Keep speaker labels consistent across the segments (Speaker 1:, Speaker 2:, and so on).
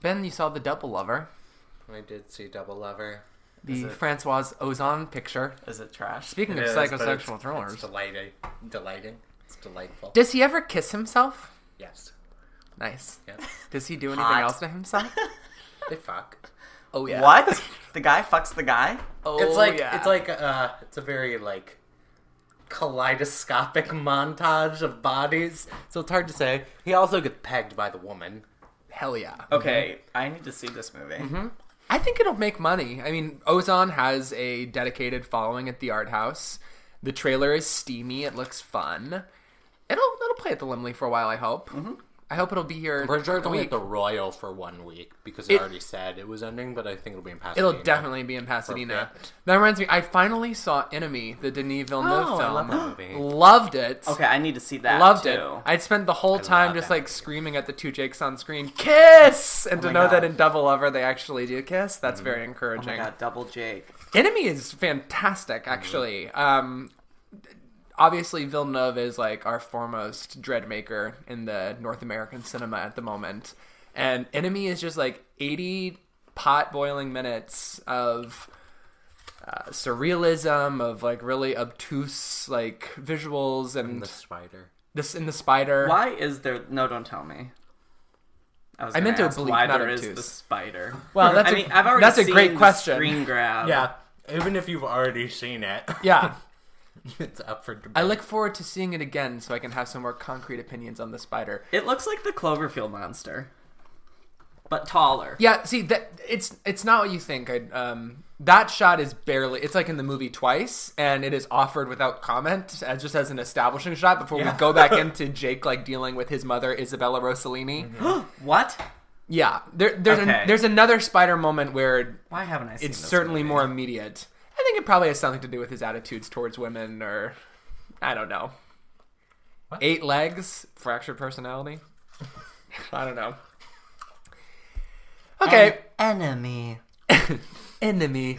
Speaker 1: Ben, you saw The Double Lover,
Speaker 2: I did see Double Lover.
Speaker 1: the Francoise Ozon picture.
Speaker 3: Is it trash?
Speaker 1: Speaking of
Speaker 2: It is, but it's-
Speaker 1: psychosexual thrillers,
Speaker 2: It's delighting. Delighting. It's delightful.
Speaker 1: does he ever kiss himself?
Speaker 2: yes.
Speaker 1: Nice.
Speaker 2: Yeah.
Speaker 1: Does he do anything
Speaker 3: Hot.
Speaker 1: else to himself?
Speaker 2: They fuck.
Speaker 1: Oh yeah.
Speaker 3: What? the guy fucks the guy?
Speaker 1: Oh
Speaker 2: It's like
Speaker 1: yeah.
Speaker 2: it's like uh it's a very like kaleidoscopic montage of bodies. So it's hard to say. He also gets pegged by the woman.
Speaker 1: hell yeah.
Speaker 3: Okay, I need to see this movie.
Speaker 1: I think it'll make money. I mean, Ozon has a dedicated following at the art house. The trailer is steamy. It looks fun. It'll it'll play at the Limley for a while. I hope. I hope it'll be here.
Speaker 2: We're
Speaker 1: a
Speaker 2: only
Speaker 1: week.
Speaker 2: at the Royal for one week because it,
Speaker 1: It-
Speaker 2: already said it was ending, but I think it'll be in Pasadena.
Speaker 1: It'll definitely be in Pasadena.
Speaker 2: Perfect.
Speaker 1: That reminds me. I finally saw Enemy, the Denis Villeneuve
Speaker 2: Oh, I
Speaker 1: film.
Speaker 2: love that movie.
Speaker 1: Loved it.
Speaker 3: Okay, I need to see that.
Speaker 1: Loved
Speaker 3: too.
Speaker 1: it. I'd spent the whole time
Speaker 2: love
Speaker 1: just
Speaker 2: that
Speaker 1: like screaming at the two Jakes on screen, kiss, and to
Speaker 3: Oh my
Speaker 1: know that
Speaker 3: God. Mm-hmm. Oh
Speaker 1: in Double Lover they actually do kiss. That's very encouraging.
Speaker 3: I got double Jake.
Speaker 1: Enemy is fantastic, actually. Um, obviously, Villeneuve is like our foremost dreadmaker in the North American cinema at the moment, and Enemy is just like eighty pot boiling minutes of uh, surrealism, of like really obtuse like visuals, and
Speaker 2: the spider.
Speaker 1: this in the spider.
Speaker 3: Why is there? No, don't tell me. I, was
Speaker 1: I
Speaker 3: gonna
Speaker 1: meant to
Speaker 3: ask
Speaker 1: oblique,
Speaker 3: why
Speaker 1: not
Speaker 3: there is
Speaker 1: obtuse.
Speaker 3: the spider.
Speaker 1: Well, that's
Speaker 3: I
Speaker 1: a-
Speaker 3: mean, I've already
Speaker 1: that's a
Speaker 3: seen
Speaker 1: great
Speaker 3: the
Speaker 1: question.
Speaker 3: Screen grab.
Speaker 2: even if you've already seen it,
Speaker 1: Yeah.
Speaker 2: it's up for debate.
Speaker 1: I look forward to seeing it again so I can have some more concrete opinions on the spider.
Speaker 3: it looks like the Cloverfield monster, but taller.
Speaker 1: Yeah, see that it's it's not what you think. I, um, that shot is barely. It's like in the movie twice, and it is offered without comment as just as an establishing shot before we go back into Jake like dealing with his mother Isabella Rossellini.
Speaker 3: What?
Speaker 1: Yeah, there, there's an,
Speaker 3: Mm-hmm. Okay.
Speaker 1: there's another spider moment where
Speaker 3: Why haven't I seen?
Speaker 1: it's
Speaker 3: this
Speaker 1: certainly
Speaker 3: movie?
Speaker 1: more immediate. I think it probably has something to do with his attitudes towards women, or I don't know. Eight legs, fractured personality. I don't
Speaker 3: Um,
Speaker 1: know. Okay,
Speaker 3: enemy.
Speaker 1: enemy.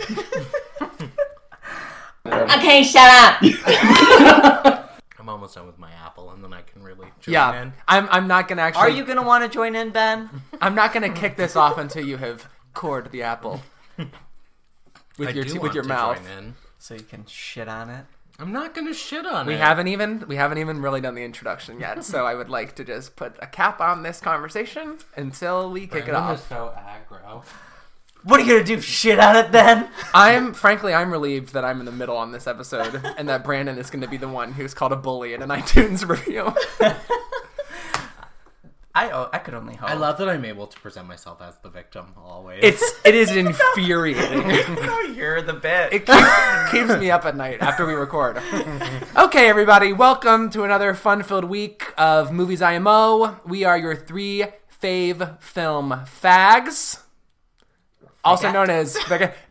Speaker 4: Okay, shut up.
Speaker 2: I'm almost done with my apple, and then I can really join
Speaker 1: Yeah,
Speaker 2: in.
Speaker 1: I'm. I'm not gonna actually.
Speaker 3: Are you gonna want to join in, Ben?
Speaker 1: I'm not gonna kick this off until you have cored the apple with
Speaker 2: I
Speaker 1: your te-
Speaker 2: do
Speaker 1: with
Speaker 2: want
Speaker 1: your
Speaker 2: to
Speaker 1: mouth.
Speaker 2: join in.
Speaker 3: So you can shit on it.
Speaker 2: I'm not gonna shit on
Speaker 1: We
Speaker 2: it.
Speaker 1: haven't even we haven't even really done the introduction yet, so I would like to just put a cap on this conversation until we kick it
Speaker 2: Brandon
Speaker 1: off.
Speaker 2: is so aggro.
Speaker 3: What are you gonna do? Shit on it, Ben?
Speaker 1: I'm frankly I'm relieved that I'm in the middle on this episode and that Brandon is going to be the one who's called a bully in an iTunes review.
Speaker 3: I oh, I could only hope.
Speaker 2: I love that I'm able to present myself as the victim always.
Speaker 1: It's it is infuriating.
Speaker 3: how Oh, you're the bitch.
Speaker 1: It keeps, keeps me up at night after we record. okay, everybody, welcome to another fun-filled week of movies IMO. We are your three fave film fags, also known as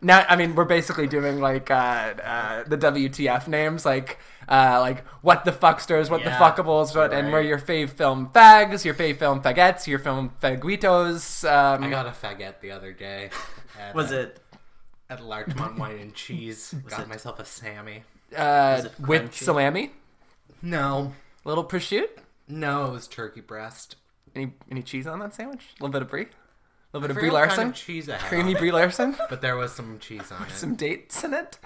Speaker 1: now. I mean, we're basically doing like uh, uh, the WTF names, like uh, like what the fucksters, what
Speaker 2: Yeah,
Speaker 1: the fuckables, what, and we're your fave film fags, your fave film fagettes, your film faguitos. Um,
Speaker 2: I got a faggot the other day. At,
Speaker 3: was
Speaker 2: uh,
Speaker 3: it?
Speaker 2: at Larchmont Wine and Cheese? got myself a Sammy.
Speaker 1: uh,
Speaker 3: it
Speaker 1: with
Speaker 3: crunchy?
Speaker 1: salami,
Speaker 2: No,
Speaker 1: little prosciutto.
Speaker 2: no, it was turkey breast.
Speaker 1: Any any cheese on that sandwich? A little bit of brie, a little bit of
Speaker 2: I
Speaker 1: brie
Speaker 2: forget what
Speaker 1: Larson,
Speaker 2: kind of cheese I had
Speaker 1: creamy
Speaker 2: on it,
Speaker 1: brie Larson,
Speaker 2: but there was some cheese on it.
Speaker 1: some dates in it.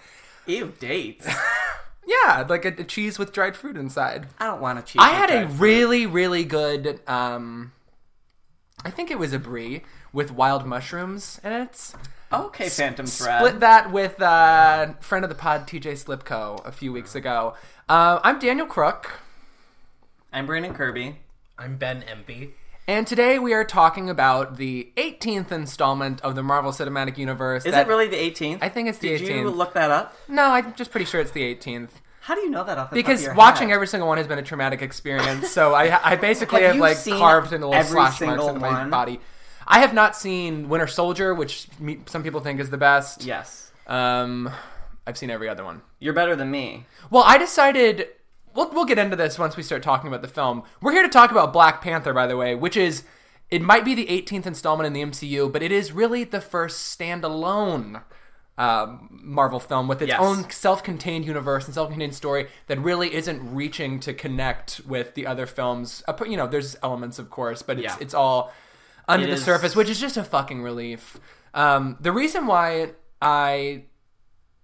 Speaker 3: Ew, dates.
Speaker 1: Yeah, like a, a cheese with dried fruit inside.
Speaker 3: I don't want to cheat.
Speaker 1: I had a really really good. um I think it was a brie with wild mushrooms in it.
Speaker 3: okay, Phantom Thread.
Speaker 1: Split that with uh, friend of the pod TJ Slipko a few weeks ago. Uh, I'm Daniel Crook,
Speaker 3: I'm Brandon Kirby.
Speaker 2: I'm Ben Empey.
Speaker 1: and today we are talking about the 18th installment of the Marvel Cinematic Universe.
Speaker 3: Is
Speaker 1: that-
Speaker 3: it really the 18th?
Speaker 1: I think it's the
Speaker 3: Did you
Speaker 1: 18th.
Speaker 3: look that up?
Speaker 1: No, I'm just pretty sure it's the 18th.
Speaker 3: How do you know that off the top of
Speaker 1: Because
Speaker 3: your
Speaker 1: watching
Speaker 3: head?
Speaker 1: every single one has been a traumatic experience, so I, I basically
Speaker 3: Have
Speaker 1: have,
Speaker 3: you
Speaker 1: like
Speaker 3: seen
Speaker 1: carved in little
Speaker 3: every
Speaker 1: slash marks
Speaker 3: single
Speaker 1: into my
Speaker 3: one?
Speaker 1: body. I have not seen Winter Soldier, which me, some people think is the best.
Speaker 3: Yes.
Speaker 1: Um, I've seen every other one.
Speaker 3: You're better than me.
Speaker 1: Well, I decided. We'll, we'll get into this once we start talking about the film. We're here to talk about Black Panther, by the way, which is. It might be the 18th installment in the MCU, but it is really the first standalone um Marvel film with its
Speaker 3: Yes.
Speaker 1: own self contained universe and self contained story that really isn't reaching to connect with the other films. Uh, You know, there's elements, of course, but it's,
Speaker 3: Yeah.
Speaker 1: it's all under
Speaker 3: It
Speaker 1: the
Speaker 3: is-
Speaker 1: surface, which is just a fucking relief. Um, the reason why I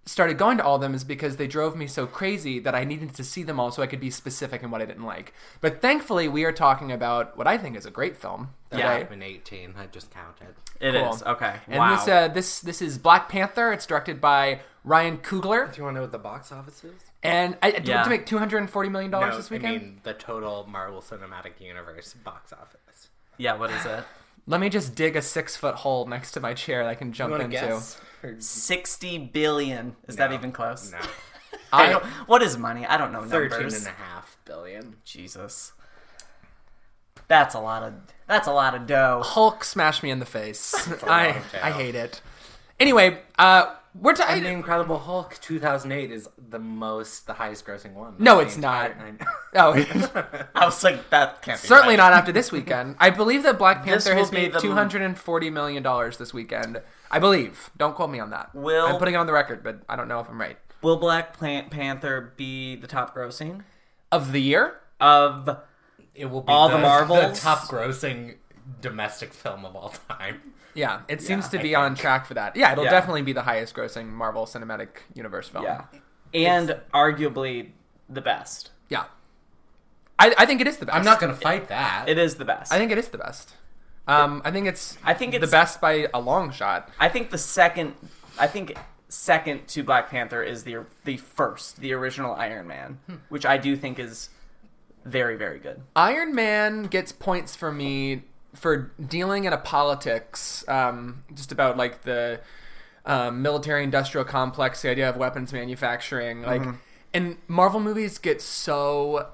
Speaker 1: started going to all of them is because they drove me so crazy that I needed to see them all so I could be specific in what I didn't like. But thankfully, we are talking about what I think is a great film.
Speaker 3: Yeah.
Speaker 1: today.
Speaker 2: Been 18. I just counted.
Speaker 3: It is
Speaker 1: Cool.
Speaker 3: okay.
Speaker 1: And
Speaker 3: wow.
Speaker 1: this, uh, this this is Black Panther. It's directed by Ryan Coogler,
Speaker 2: Do you want to know what the box office is?
Speaker 1: and I, did
Speaker 3: Yeah.
Speaker 1: to make two hundred and forty million dollars this weekend.
Speaker 2: I mean the total Marvel Cinematic Universe box office.
Speaker 3: yeah. What is it?
Speaker 1: Let me just dig a six foot hole next to my chair that I can jump
Speaker 2: You want
Speaker 1: into.
Speaker 2: to guess? Or-
Speaker 3: Sixty billion. Is that even close?
Speaker 2: No.
Speaker 3: I don't. What is money? I don't know
Speaker 2: 13
Speaker 3: numbers.
Speaker 2: and a half billion.
Speaker 3: Jesus. That's a lot of. That's a lot of dough.
Speaker 1: Hulk smash me in the face. I
Speaker 2: long tale.
Speaker 1: I hate it. Anyway, uh, we're
Speaker 2: And the
Speaker 1: talking.
Speaker 2: Incredible Hulk 2008 is the most, the highest grossing one.
Speaker 1: No,
Speaker 2: That's
Speaker 1: it's
Speaker 2: the entire-
Speaker 1: not.
Speaker 2: I know.
Speaker 1: Oh,
Speaker 3: I was like, that can't be
Speaker 1: Certainly
Speaker 3: right.
Speaker 1: not after this weekend. I believe that Black
Speaker 3: This
Speaker 1: Panther has
Speaker 3: will be
Speaker 1: made
Speaker 3: the-
Speaker 1: two hundred and forty million dollars this weekend. I believe. Don't quote me on that.
Speaker 3: Will-
Speaker 1: I'm putting it on the record, but I don't know if I'm right.
Speaker 3: Will Black Plant Panther be the top grossing
Speaker 1: Of the year,
Speaker 3: of?
Speaker 2: It will be
Speaker 3: All the
Speaker 2: the
Speaker 3: Marvels?
Speaker 2: top grossing domestic film of all time.
Speaker 1: yeah, it seems to be on track for that. Yeah, it'll
Speaker 3: Yeah.
Speaker 1: definitely be the highest-grossing Marvel Cinematic Universe film.
Speaker 3: and arguably the best.
Speaker 1: yeah. I, I think it is the best.
Speaker 2: I'm not going to fight that.
Speaker 3: It is the best.
Speaker 1: I think it is the best. Um, I think it's.
Speaker 3: I think
Speaker 1: the
Speaker 3: it's-
Speaker 1: best by a long shot.
Speaker 3: I think the second. I think second to Black Panther is the the first, the original Iron Man, which I do think is very very good.
Speaker 1: Iron Man gets points for me for dealing in a politics, um, just about like the um, military industrial complex, the idea of weapons manufacturing. Like, and Marvel movies get so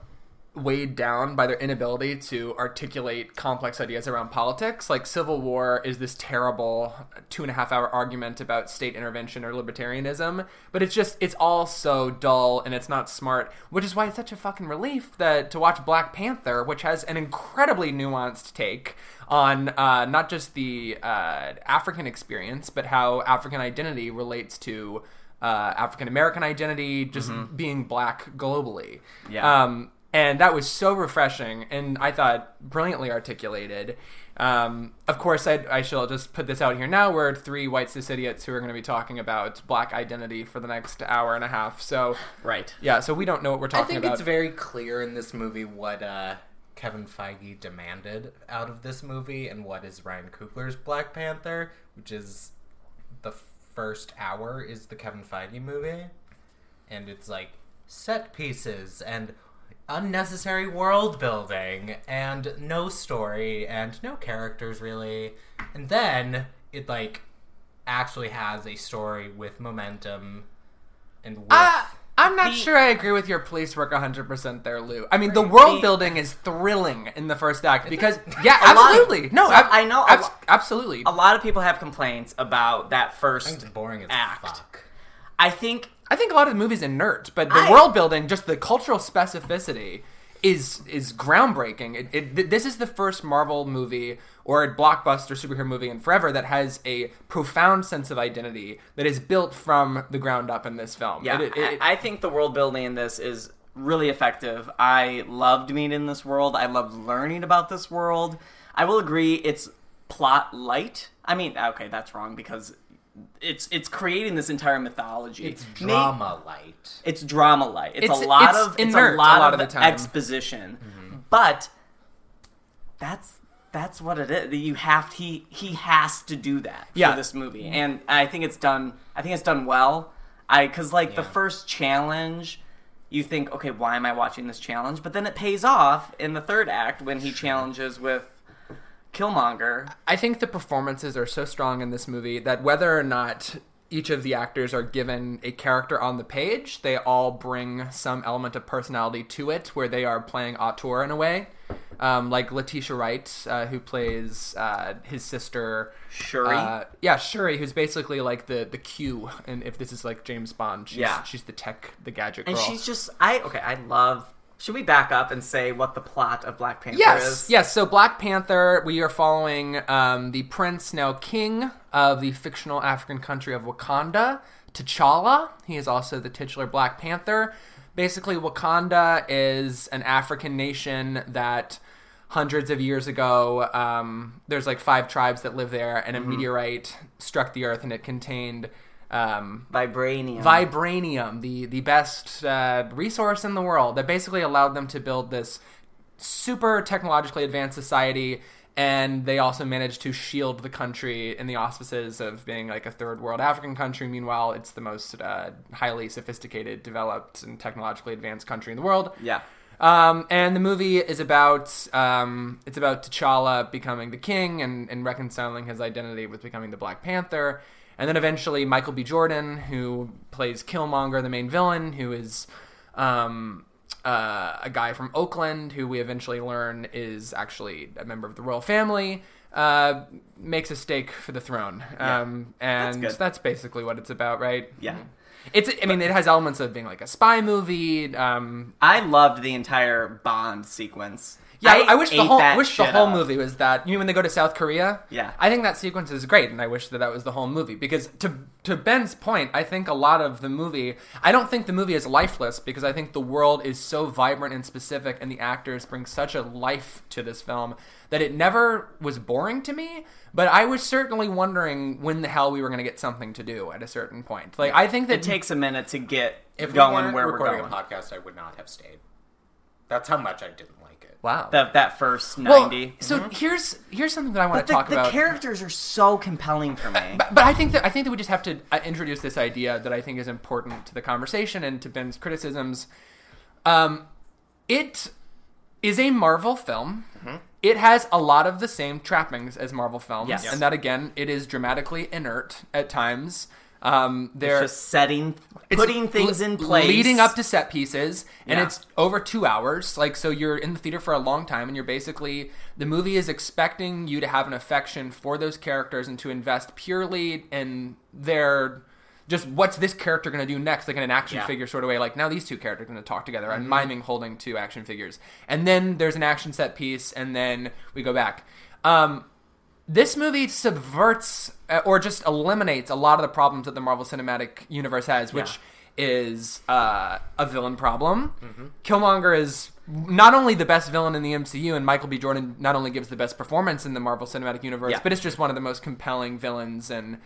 Speaker 1: weighed down by their inability to articulate complex ideas around politics. Like, Civil War is this terrible two and a half hour argument about state intervention or libertarianism, but it's just, it's all so dull and it's not smart, which is why it's such a fucking relief that to watch Black Panther, which has an incredibly nuanced take on uh, not just the uh, African experience, but how African identity relates to uh, African American identity, just being black globally.
Speaker 3: Yeah.
Speaker 1: Um, and that was so refreshing, and I thought brilliantly articulated. Um, of course, I, I shall just put this out here now. We're three white cis idiots who are going to be talking about black identity for the next hour and a half. So,
Speaker 3: Right.
Speaker 1: yeah, so we don't know what we're
Speaker 2: I
Speaker 1: talking
Speaker 2: think
Speaker 1: about.
Speaker 2: it's very clear in this movie what uh, Kevin Feige demanded out of this movie and what is Ryan Coogler's Black Panther, which is the first hour is the Kevin Feige movie. And it's like set pieces and unnecessary world building and no story and no characters really. And then it like actually has a story with momentum and with
Speaker 1: I, I'm not
Speaker 3: Uh, The-
Speaker 1: sure I agree with your police work 100% there, Lou. I mean, the world
Speaker 3: The-
Speaker 1: building is thrilling in the first act because, yeah, absolutely. No,
Speaker 3: So
Speaker 1: ab-
Speaker 3: I know a
Speaker 1: abs-
Speaker 3: lo-
Speaker 1: absolutely.
Speaker 3: A lot of people have complaints about that
Speaker 2: It's
Speaker 3: first
Speaker 2: boring as
Speaker 3: act.
Speaker 2: fuck.
Speaker 3: I think
Speaker 1: I think a lot of the movie's inert, but the
Speaker 3: I-
Speaker 1: world building, just the cultural specificity, is is groundbreaking. It, it, th- this is the first Marvel movie or a blockbuster superhero movie in forever that has a profound sense of identity that is built from the ground up in this film.
Speaker 3: Yeah,
Speaker 1: It- it- it-
Speaker 3: I, I think the world building in this is really effective. I loved being in this world. I loved learning about this world. I will agree, it's plot light. I mean, okay, that's wrong because it's it's creating this entire mythology.
Speaker 2: It's
Speaker 3: May-
Speaker 2: drama light.
Speaker 3: it's drama light. It's,
Speaker 1: It's-
Speaker 3: a lot
Speaker 1: it's
Speaker 3: of it's
Speaker 1: inert
Speaker 3: a lot, of,
Speaker 1: the time.
Speaker 3: exposition, but that's that's what it is. You have he he has to do that
Speaker 1: Yeah.
Speaker 3: for this movie, and I think it's done. I think it's done well. I because like the first challenge, you think, okay, why am I watching this challenge? But then it pays off in the third act when he challenges with Killmonger.
Speaker 1: I think the performances are so strong in this movie that whether or not each of the actors are given a character on the page. They all bring some element of personality to it, where they are playing auteur in a way. Um, like Letitia Wright, uh, who plays uh, his sister
Speaker 3: Shuri?
Speaker 1: Uh, yeah, Shuri, who's basically like the the Q, and if this is like James Bond, she's,
Speaker 3: Yeah.
Speaker 1: she's the tech, the gadget girl.
Speaker 3: And she's just I okay, I love should we back up and say what the plot of Black Panther
Speaker 1: Yes,
Speaker 3: is?
Speaker 1: yes. So Black Panther, we are following um, the prince, now king of the fictional African country of Wakanda, T'Challa. He is also the titular Black Panther. Basically, Wakanda is an African nation that hundreds of years ago, um, there's like five tribes that live there, and a meteorite struck the earth and it contained. Um,
Speaker 3: Vibranium.
Speaker 1: vibranium, the the best uh, resource in the world that basically allowed them to build this super technologically advanced society. And they also managed to shield the country in the auspices of being like a third world African country. Meanwhile, it's the most uh, highly sophisticated, developed, and technologically advanced country in the world.
Speaker 3: yeah.
Speaker 1: Um, and the movie is about um, it's about T'Challa becoming the king and, and reconciling his identity with becoming the Black Panther, and then eventually Michael B. Jordan, who plays Killmonger, the main villain, who is um, uh, a guy from Oakland, who we eventually learn is actually a member of the royal family, uh, makes a stake for the throne, um, and
Speaker 3: good.
Speaker 1: that's basically what it's about, right? Mm-hmm.
Speaker 3: Yeah.
Speaker 1: It's, I mean, it has elements of being like a spy movie, um,
Speaker 3: I loved the entire Bond sequence.
Speaker 1: Yeah, I, I wish the
Speaker 3: ate
Speaker 1: whole
Speaker 3: that
Speaker 1: wish the
Speaker 3: shit
Speaker 1: whole
Speaker 3: up.
Speaker 1: movie was that. You mean when they go to South Korea?
Speaker 3: Yeah.
Speaker 1: I think that sequence is great, and I wish that that was the whole movie because to to Ben's point, I think a lot of the movie. I don't think the movie is lifeless because I think the world is so vibrant and specific, and the actors bring such a life to this film that it never was boring to me. But I was certainly wondering when the hell we were going to get something to do at a certain point. Like I think that
Speaker 3: It takes a minute to get
Speaker 2: If we
Speaker 3: going
Speaker 2: weren't
Speaker 3: where we're
Speaker 2: recording
Speaker 3: going.
Speaker 2: a podcast, I would not have stayed. That's how much I didn't like it.
Speaker 1: wow.
Speaker 3: That that first
Speaker 1: well,
Speaker 3: ninety. Mm-hmm.
Speaker 1: so here's here's something that I want to
Speaker 3: but the,
Speaker 1: talk
Speaker 3: the
Speaker 1: about.
Speaker 3: characters are so compelling for me.
Speaker 1: But, but I think that I think that we just have to uh, introduce this idea that I think is important to the conversation and to Ben's criticisms. Um, it is a Marvel film.
Speaker 3: Mm-hmm.
Speaker 1: It has a lot of the same trappings as Marvel films,
Speaker 3: Yes.
Speaker 1: and that again, it is dramatically inert at times. Um, there,
Speaker 3: Just setting,
Speaker 1: it's
Speaker 3: putting things
Speaker 1: le-
Speaker 3: in place,
Speaker 1: leading up to set pieces and
Speaker 3: Yeah.
Speaker 1: it's over two hours like so you're in the theater for a long time and you're basically the movie is expecting you to have an affection for those characters and to invest purely in their just what's this character going to do next like in an action
Speaker 2: Yeah.
Speaker 1: figure sort of way like now these two characters are going to talk together i'm
Speaker 3: Mm-hmm.
Speaker 1: miming holding two action figures and then there's an action set piece and then we go back um, this movie subverts uh, or just eliminates a lot of the problems that the Marvel Cinematic Universe has, which is uh, a villain problem.
Speaker 3: Mm-hmm.
Speaker 1: Killmonger is not only the best villain in the MCU, and Michael B. Jordan not only gives the best performance in the Marvel Cinematic Universe,
Speaker 3: Yeah.
Speaker 1: but it's just one of the most compelling villains in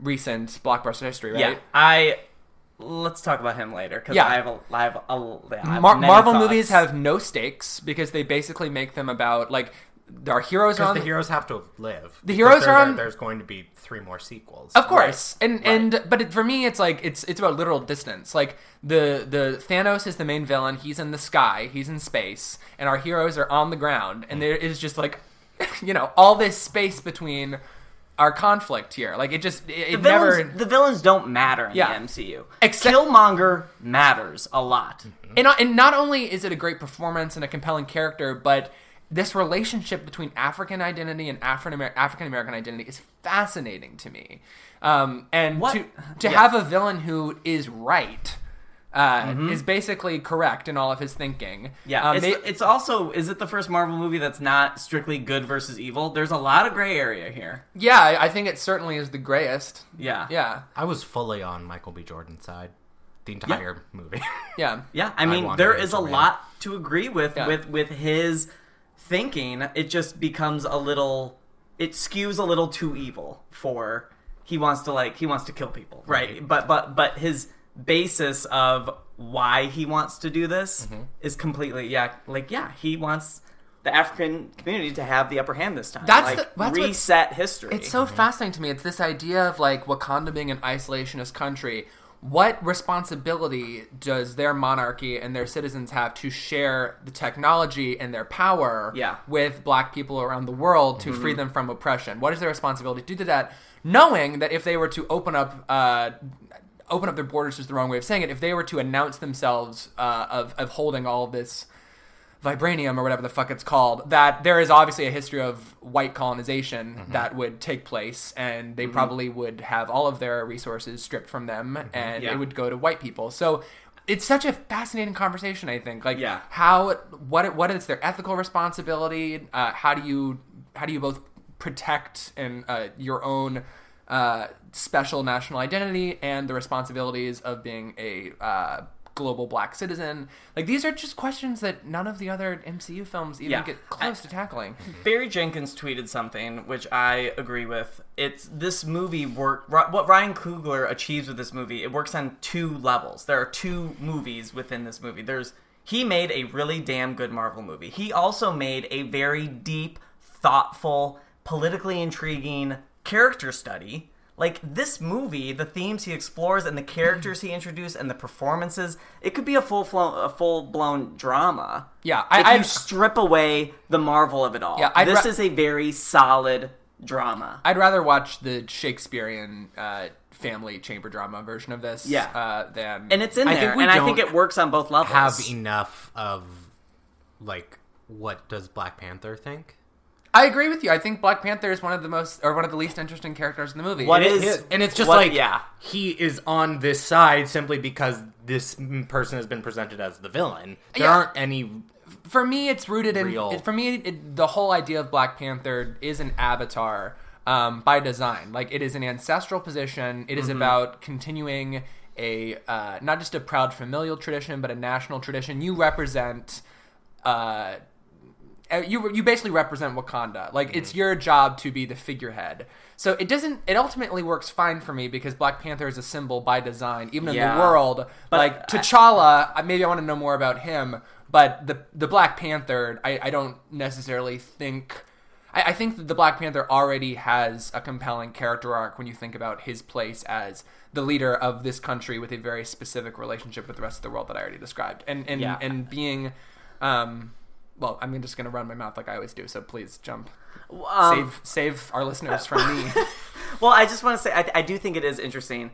Speaker 1: recent blockbuster history, right?
Speaker 3: Yeah, I. Let's talk about him later because
Speaker 1: Yeah.
Speaker 3: I have a, I have a, yeah, I have
Speaker 1: Mar-
Speaker 3: many
Speaker 1: Marvel
Speaker 3: thoughts.
Speaker 1: movies have no stakes because they basically make them about like our heroes are on
Speaker 2: Because the heroes have to live. Um, The
Speaker 1: heroes are on-
Speaker 2: There's going to be three more sequels.
Speaker 1: Of course, and and but it, for me, it's like it's it's about literal distance. Like the the Thanos is the main villain. He's in the sky. He's in space, and our heroes are on the ground.
Speaker 3: Mm.
Speaker 1: And there is just like, you know, all this space between our conflict here. Like it just it,
Speaker 3: The
Speaker 1: it
Speaker 3: villains,
Speaker 1: never.
Speaker 3: the villains don't matter in
Speaker 1: Yeah.
Speaker 3: the MCU.
Speaker 1: Except-
Speaker 3: Killmonger matters a lot.
Speaker 1: And, uh, and not only is it a great performance and a compelling character, but this relationship between African identity and African African American identity is fascinating to me. Um, and
Speaker 3: What-
Speaker 1: to to
Speaker 3: Yeah.
Speaker 1: have a villain who is right uh, is basically correct in all of his thinking.
Speaker 3: Mm-hmm. Yeah,
Speaker 1: Um,
Speaker 3: it's,
Speaker 1: they-
Speaker 3: it's also is it the first Marvel movie that's not strictly good versus evil? There's a lot of gray area here.
Speaker 1: yeah. I I think it certainly is the grayest.
Speaker 3: Yeah,
Speaker 1: Yeah,
Speaker 2: I was fully on Michael B. Jordan's side the entire movie.
Speaker 1: yeah.
Speaker 3: yeah. I mean,
Speaker 2: wanted
Speaker 3: there
Speaker 2: it
Speaker 3: is
Speaker 2: to
Speaker 3: a
Speaker 2: win.
Speaker 3: lot to agree with
Speaker 1: Yeah.
Speaker 3: with with his thinking. It just becomes a little, it skews a little too evil for he wants to like he wants to kill people, right?
Speaker 2: Right.
Speaker 3: But but but his basis of why he wants to do this
Speaker 1: Mm-hmm.
Speaker 3: is completely yeah like yeah he wants the African community to have the upper hand this time.
Speaker 1: That's
Speaker 3: like,
Speaker 1: the- that's what's-
Speaker 3: reset history.
Speaker 1: It's so fascinating to me. It's this idea of like Wakanda being an isolationist country. what responsibility does their monarchy and their citizens have to share the technology and their power
Speaker 3: Yeah.
Speaker 1: with black people around the world to free them from oppression? What is their responsibility to do that, knowing that if they were to open up uh, open up their borders is the wrong way of saying it. If they were to announce themselves uh, of of holding all of this vibranium or whatever the fuck it's called, that there is obviously a history of white colonization that would take place, and they probably would have all of their resources stripped from them, and
Speaker 3: Yeah.
Speaker 1: it would go to white people. So. It's such a fascinating conversation, I think. Like,
Speaker 3: Yeah.
Speaker 1: how what what is their ethical responsibility? Uh, how do you how do you both protect and uh, your own uh, special national identity and the responsibilities of being a uh, global black citizen? Like these are just questions that none of the other MCU films even
Speaker 3: Yeah.
Speaker 1: get close to tackling.
Speaker 3: Barry Jenkins tweeted something which I agree with. It's this movie work. Ri- What Ryan Coogler achieves with this movie, it works on two levels. There are two movies within this movie. There's he made a really damn good Marvel movie. He also made a very deep, thoughtful, politically intriguing character study. Like this movie, the themes he explores and the characters
Speaker 1: Hmm.
Speaker 3: he introduced and the performances, it could be a full flown, a full blown drama.
Speaker 1: Yeah,
Speaker 3: I,
Speaker 1: I-
Speaker 3: if
Speaker 1: I-
Speaker 3: you strip away the marvel of it all.
Speaker 1: Yeah, I'd
Speaker 3: this
Speaker 1: ra-
Speaker 3: is a very solid drama.
Speaker 1: I'd rather watch the Shakespearean uh, family chamber drama version of this,
Speaker 3: Yeah.
Speaker 1: uh, than
Speaker 3: and it's in
Speaker 2: I
Speaker 3: there,
Speaker 2: think we
Speaker 3: and I think
Speaker 2: don't
Speaker 3: it works on both levels.
Speaker 2: have enough of like what does Black Panther think?
Speaker 1: I agree with you. I think Black Panther is one of the most or one of the least interesting characters in the movie.
Speaker 3: What
Speaker 1: It-
Speaker 3: is-
Speaker 2: and it's just
Speaker 3: what-
Speaker 2: like
Speaker 3: yeah.
Speaker 2: he is on this side simply because this m- person has been presented as the villain. There
Speaker 1: Yeah.
Speaker 2: aren't any
Speaker 1: for me it's rooted in
Speaker 2: Real.
Speaker 1: it- for me it, the whole idea of black panther is an avatar um, by design like it is an ancestral position It is
Speaker 3: Mm-hmm.
Speaker 1: about continuing a uh, not just a proud familial tradition but a national tradition you represent uh, uh, you you basically represent Wakanda. Like
Speaker 3: Mm-hmm.
Speaker 1: it's your job to be the figurehead. So it doesn't. It ultimately works fine for me because Black Panther is a symbol by design, even in
Speaker 3: Yeah.
Speaker 1: the world.
Speaker 3: But
Speaker 1: like
Speaker 3: I-
Speaker 1: T'Challa, I, maybe I want to know more about him. But the the Black Panther, I, I don't necessarily think. I, I think that the Black Panther already has a compelling character arc when you think about his place as the leader of this country with a very specific relationship with the rest of the world that I already described, and and
Speaker 3: Yeah.
Speaker 1: and being. Um, well, I'm just gonna run my mouth like I always do, so please jump.
Speaker 3: Um,
Speaker 1: save save our listeners from me.
Speaker 3: well, I just want to say I, I do think it is interesting.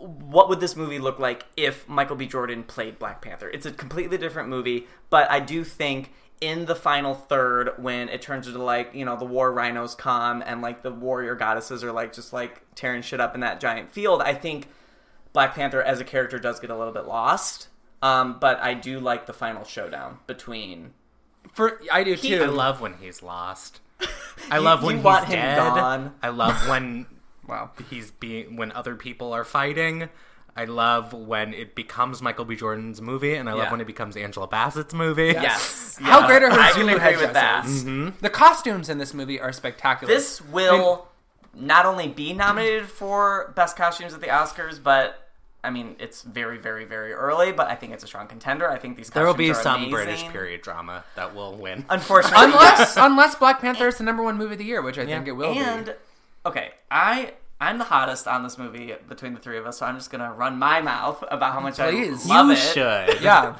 Speaker 3: What would this movie look like if Michael B. Jordan played Black Panther? It's a completely different movie, but I do think in the final third, when it turns into like you know the war rhinos come and like the warrior goddesses are like just like tearing shit up in that giant field, I think Black Panther as a character does get a little bit lost. Um, but I do like the final showdown between
Speaker 1: For I do too.
Speaker 2: I love when he's lost. I love when
Speaker 3: you
Speaker 2: he's
Speaker 3: want him
Speaker 2: dead.
Speaker 3: gone.
Speaker 2: I love when
Speaker 1: wow.
Speaker 2: he's being when other people are fighting. I love when it becomes Michael B. Jordan's movie, and I love
Speaker 3: Yeah.
Speaker 2: when it becomes Angela Bassett's movie.
Speaker 3: yes,
Speaker 1: How great are her
Speaker 3: I can
Speaker 1: Zulu
Speaker 3: agree with
Speaker 1: headdresses?
Speaker 3: that.
Speaker 1: The costumes in this movie are spectacular.
Speaker 3: This will not only be nominated for best costumes at the Oscars, but I mean it's very, very, very early. But I think it's a strong contender. I think these
Speaker 2: There will
Speaker 3: costumes
Speaker 2: be
Speaker 3: are
Speaker 2: some
Speaker 3: amazing.
Speaker 2: British period drama that will win.
Speaker 3: Unfortunately,
Speaker 1: unless unless Black Panther is the number one movie of the year, which I think it will be.
Speaker 3: and okay, I I'm the hottest on this movie between the three of us, so I'm just gonna run my mouth about how much
Speaker 1: Please.
Speaker 3: I love
Speaker 2: you
Speaker 3: it.
Speaker 2: should.
Speaker 1: Yeah.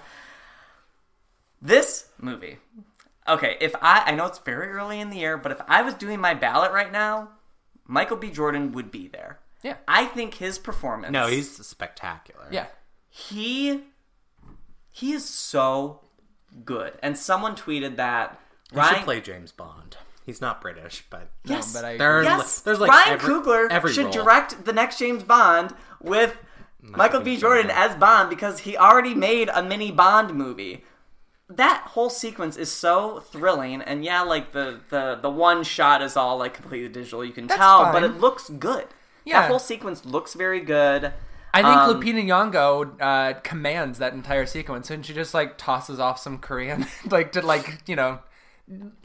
Speaker 3: This movie. Okay, if I I know it's very early in the year, but if I was doing my ballot right now, Michael B. Jordan would be there.
Speaker 1: Yeah.
Speaker 3: I think his performance.
Speaker 2: No, he's spectacular.
Speaker 1: Yeah.
Speaker 3: he he is so good. And someone tweeted that
Speaker 2: He
Speaker 3: Ryan
Speaker 2: should play James Bond. He's not British, but
Speaker 3: yes,
Speaker 1: But I
Speaker 2: There-
Speaker 3: yes.
Speaker 2: There's like
Speaker 3: Ryan
Speaker 2: every-
Speaker 3: Coogler
Speaker 2: every
Speaker 3: should
Speaker 2: role.
Speaker 3: direct the next James Bond with Michael B. Jordan as Bond because he already made a mini Bond movie. That whole sequence is so thrilling, and yeah, like the the the one shot is all like completely digital. You can tell, but
Speaker 1: fine.
Speaker 3: it looks good.
Speaker 1: Yeah.
Speaker 3: that whole sequence looks very good.
Speaker 1: I think
Speaker 3: Um,
Speaker 1: Lupita Nyong'o uh, commands that entire sequence, and she just like tosses off some Korean, like to like you know.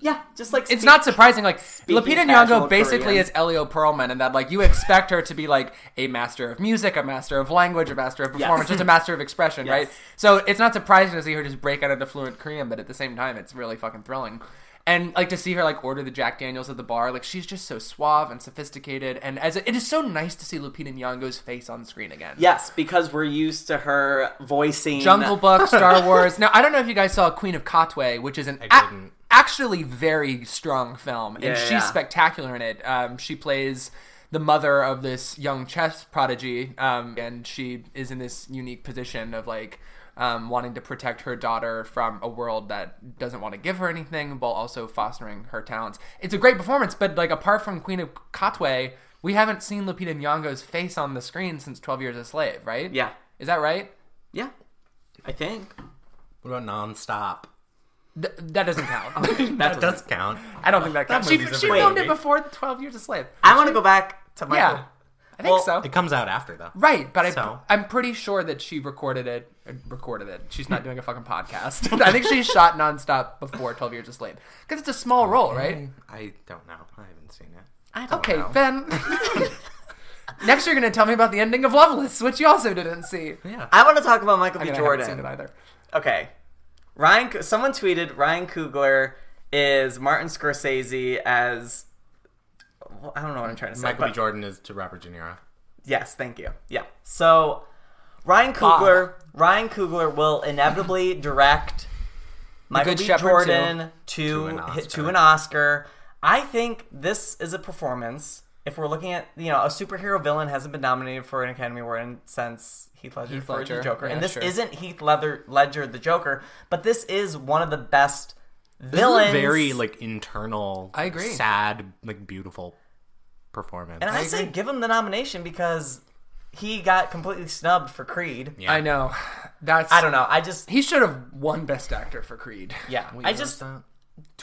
Speaker 3: Yeah, just like
Speaker 1: It's not surprising. Like Lupita
Speaker 3: casual
Speaker 1: Nyong'o basically
Speaker 3: Korean.
Speaker 1: is Elio Pearlman, and that like you expect her to be like a master of music, a master of language, a master of performance, just a master of expression, right? So it's not surprising to see her just break out into fluent Korean, but at the same time, it's really fucking thrilling. and like to see her like order the Jack Daniels at the bar, like she's just so suave and sophisticated, and as it is so nice to see Lupita Nyong'o's face on screen again.
Speaker 3: Yes, because we're used to her voicing
Speaker 1: Jungle Book, Star Wars. Now I don't know if you guys saw Queen of Katwe, which is an
Speaker 2: I
Speaker 1: a-
Speaker 2: didn't.
Speaker 1: actually very strong film, and
Speaker 3: Yeah,
Speaker 1: she's
Speaker 3: yeah.
Speaker 1: spectacular in it. Um, she plays the mother of this young chess prodigy, um, and she is in this unique position of like. Um, wanting to protect her daughter from a world that doesn't want to give her anything, while also fostering her talents. It's a great performance, but like apart from Queen of Katwe, we haven't seen Lupita Nyong'o's face on the screen since Twelve Years a Slave, right?
Speaker 3: Yeah.
Speaker 1: is that right?
Speaker 3: Yeah. I think.
Speaker 2: What about nonstop?
Speaker 1: Th- that doesn't count.
Speaker 3: That
Speaker 2: That does count.
Speaker 1: I don't think that counts. She,
Speaker 2: movie's a
Speaker 1: she
Speaker 2: great
Speaker 1: filmed it
Speaker 2: movie.
Speaker 1: before Twelve Years a Slave.
Speaker 3: I want to go back to Michael.
Speaker 1: Yeah, I think
Speaker 3: Well,
Speaker 1: so.
Speaker 2: It comes out after though.
Speaker 1: Right, but I,
Speaker 2: So?
Speaker 1: I'm pretty sure that she recorded it. uh, Recorded it. She's not doing a fucking podcast. I think she shot nonstop before Twelve Years a Slave because it's a small role, right?
Speaker 2: I don't know. I haven't seen it.
Speaker 1: okay, Ben. Next, you're gonna tell me about the ending of Loveless, which you also didn't see.
Speaker 2: Yeah.
Speaker 3: I want to talk about Michael B.
Speaker 1: And I haven't seen it
Speaker 3: Jordan.
Speaker 1: either.
Speaker 3: Okay. Ryan Coo- someone tweeted Ryan Coogler is Martin Scorsese as well, I don't know what I'm trying to say.
Speaker 2: Michael B.
Speaker 3: but-
Speaker 2: Jordan is to Robert De Niro.
Speaker 3: Yes, thank you. Yeah. So Ryan Coogler, Ryan Coogler will inevitably direct Michael
Speaker 1: Good
Speaker 3: B.
Speaker 1: Shepherd
Speaker 3: Jordan to
Speaker 2: To an
Speaker 3: hi- to
Speaker 2: Oscar.
Speaker 3: an Oscar. I think this is a performance. If we're looking at you know a superhero villain hasn't been nominated for an Academy Award in- since Heath Ledger
Speaker 1: Heath
Speaker 3: for
Speaker 1: Ledger,
Speaker 3: the Joker,
Speaker 1: yeah,
Speaker 3: and this
Speaker 1: sure.
Speaker 3: isn't Heath Leather, Ledger the Joker, but this is one of the best villains.
Speaker 2: Very like internal.
Speaker 1: I agree.
Speaker 2: Sad, like beautiful performance.
Speaker 3: and I, say give him the nomination because he got completely snubbed for Creed.
Speaker 1: I know. That's.
Speaker 3: I don't know. I just
Speaker 1: He should have won Best Actor for Creed.
Speaker 3: Yeah,
Speaker 2: Wait,
Speaker 3: I
Speaker 2: what's
Speaker 3: just,
Speaker 2: that?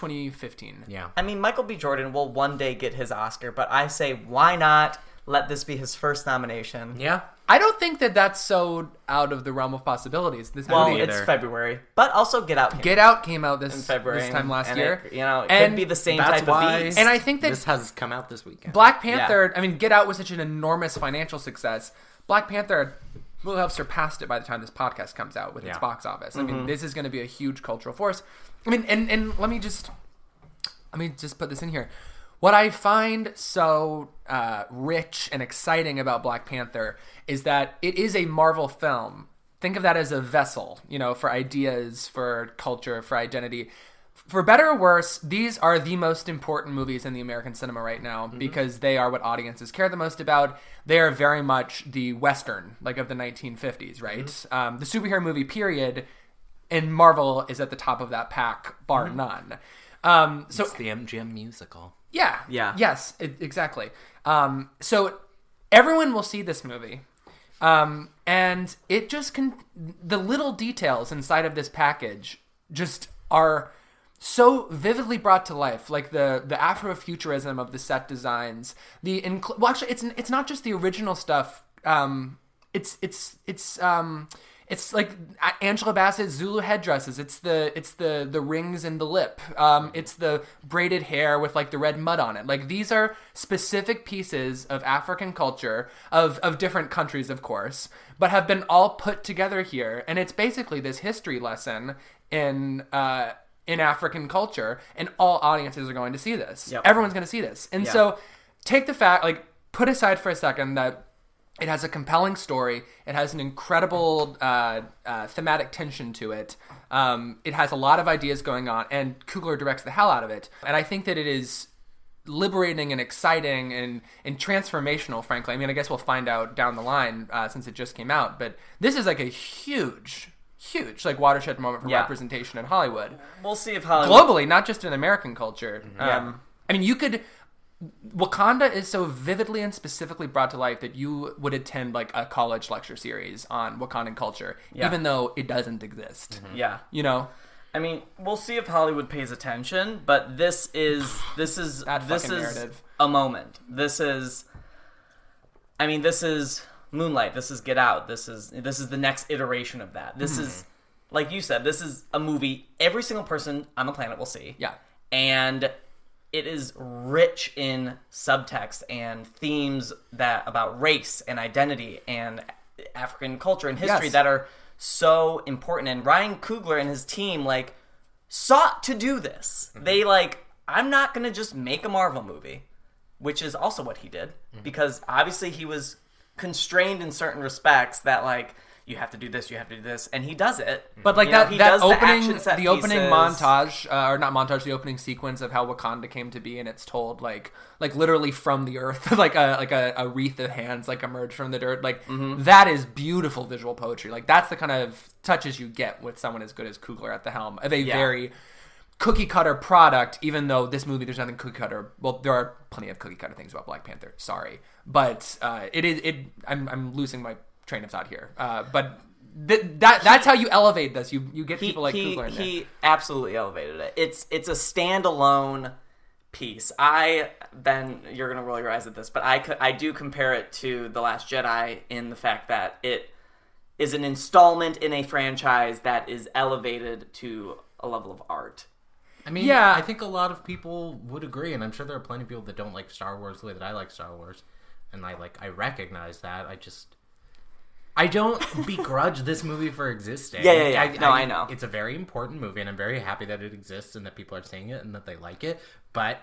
Speaker 1: 2015.
Speaker 2: yeah.
Speaker 3: I mean, Michael B. Jordan will one day get his Oscar, but I say, why not let this be his first nomination?
Speaker 2: Yeah.
Speaker 1: I don't think that that's so out of the realm of possibilities. This
Speaker 3: Well,
Speaker 1: movie,
Speaker 3: it's
Speaker 2: either.
Speaker 3: February, but also Get Out. came
Speaker 1: Get Out came out this
Speaker 3: in February
Speaker 1: this time last
Speaker 3: and
Speaker 1: year.
Speaker 3: it- you know, it
Speaker 1: And
Speaker 3: could be the same
Speaker 2: that's
Speaker 3: type
Speaker 2: why-
Speaker 3: of beast.
Speaker 1: And I think that
Speaker 2: This has come out this weekend.
Speaker 1: Black Panther. I mean, Get Out was such an enormous financial success. Black Panther will have surpassed it by the time this podcast comes out with its
Speaker 2: Yeah.
Speaker 1: box office. I
Speaker 3: Mm-hmm.
Speaker 1: mean, this is going to be a huge cultural force. I mean, and and let me just let me just put this in here. What I find so uh, rich and exciting about Black Panther is that it is a Marvel film. Think of that as a vessel, you know, for ideas, for culture, for identity. For better or worse, these are the most important movies in the American cinema right now because they are what audiences care the most about. They are very much the Western, like of the 1950s, right? Um, the superhero movie period and Marvel is at the top of that pack, bar none. Um, so
Speaker 2: It's the MGM musical.
Speaker 1: yeah,
Speaker 3: Yeah.
Speaker 1: yes, e- exactly. Um, so everyone will see this movie, um, and it just con- the little details inside of this package just are so vividly brought to life, like the the Afrofuturism of the set designs. The incl- well, actually, it's it's not just the original stuff. Um, it's it's it's um it's like A- Angela Bassett's Zulu headdresses. It's the it's the the rings and the lip. Um, it's the braided hair with like the red mud on it. Like these are specific pieces of African culture of of different countries, of course, but have been all put together here, and it's basically this history lesson in. Uh, in African culture, and all audiences are going to see this.
Speaker 3: Yep.
Speaker 1: Everyone's going to see this. And so, take the fact, like, put aside for a second that it has a compelling story. It has an incredible uh, uh, thematic tension to it. Um, it has a lot of ideas going on, and Kugler directs the hell out of it. And I think that it is liberating and exciting and, and transformational, frankly. I mean, I guess we'll find out down the line uh, since it just came out, but this is like a huge, huge, like watershed moment for
Speaker 3: Yeah.
Speaker 1: representation in Hollywood
Speaker 3: we'll see if Hollywood.
Speaker 1: globally, not just in American culture. Um, I mean, you could. Wakanda is so vividly and specifically brought to life that you would attend like a college lecture series on Wakandan culture,
Speaker 3: Yeah. Mm-hmm.
Speaker 1: even though it doesn't exist.
Speaker 3: Yeah,
Speaker 1: You know,
Speaker 3: I mean, we'll see if Hollywood pays attention, but this is this is
Speaker 1: That
Speaker 3: this is
Speaker 1: fucking narrative.
Speaker 3: a moment. This is, I mean, this is Moonlight. This is Get Out. This is this is the next iteration of that.
Speaker 1: Hmm.
Speaker 3: This is, like you said, this is a movie every single person on the planet will see.
Speaker 1: Yeah.
Speaker 3: and it is rich in subtext and themes that about race and identity and African culture and history
Speaker 1: Yes.
Speaker 3: that are so important. And Ryan Coogler and his team, like sought to do this.
Speaker 1: Mm-hmm.
Speaker 3: They like, I'm not gonna just make a Marvel movie, which is also what he did
Speaker 1: Mm-hmm.
Speaker 3: because obviously he was constrained in certain respects that like you have to do this, you have to do this, and he does it.
Speaker 1: But like
Speaker 3: You know,
Speaker 1: that, that opening,
Speaker 3: action set
Speaker 1: the opening
Speaker 3: pieces.
Speaker 1: montage, uh, or not montage, the opening sequence of how Wakanda came to be, and it's told like, like literally from the earth, like a like a, a wreath of hands like emerge from the dirt. Like
Speaker 3: Mm-hmm.
Speaker 1: that is beautiful visual poetry. Like that's the kind of touches you get with someone as good as Kugler at the helm of a very cookie cutter product. Even though this movie, there's nothing cookie cutter. Well, there are plenty of cookie cutter things about Black Panther. Sorry, but uh, it is it. I'm I'm losing my train of thought here, uh, but. Th- that that's how you elevate this. You you get
Speaker 3: he,
Speaker 1: people like
Speaker 3: he,
Speaker 1: Kugler in there.
Speaker 3: he absolutely elevated it. It's it's a standalone piece. I Ben, you're gonna roll your eyes at this, but I co- I do compare it to the Last Jedi in the fact that it is an installment in a franchise that is elevated to a level of art.
Speaker 2: I mean,
Speaker 1: Yeah.
Speaker 2: I think a lot of people would agree, and I'm sure there are plenty of people that don't like Star Wars the way that I like Star Wars, and I like I recognize that. I just I don't begrudge this movie for existing.
Speaker 3: Yeah, yeah, yeah. No, I know.
Speaker 2: It's a very important movie, and I'm very happy that it exists and that people are seeing it and that they like it. But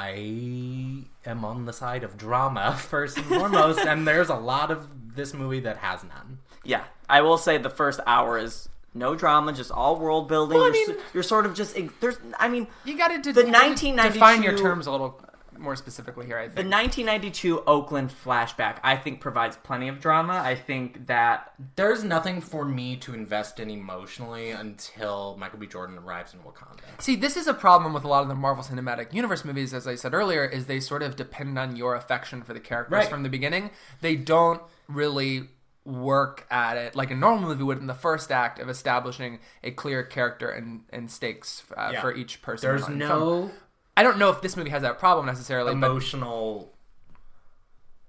Speaker 2: I am on the side of drama first and foremost, and there's a lot of this movie that has none.
Speaker 3: Yeah, I will say the first hour is no drama, just all world building.
Speaker 1: Well, I
Speaker 3: you're,
Speaker 1: mean-
Speaker 3: s- you're sort of just there's. I mean,
Speaker 1: You got to
Speaker 3: The 1992
Speaker 1: define your terms a little more specifically here. I
Speaker 3: The
Speaker 1: think
Speaker 3: 1992 Oakland flashback, I think, provides plenty of drama. I think that
Speaker 2: There's nothing for me to invest in emotionally until Michael B. Jordan arrives in Wakanda.
Speaker 1: See, this is a problem with a lot of the Marvel Cinematic Universe movies, as I said earlier, is they sort of depend on your affection for the characters
Speaker 2: Right.
Speaker 1: from the beginning. They don't really work at it like a normal movie would in the first act of establishing a clear character and, and stakes uh,
Speaker 2: Yeah.
Speaker 1: for each person.
Speaker 2: There's
Speaker 1: on film.
Speaker 2: no
Speaker 1: I don't know if this movie has that problem necessarily, but
Speaker 2: emotional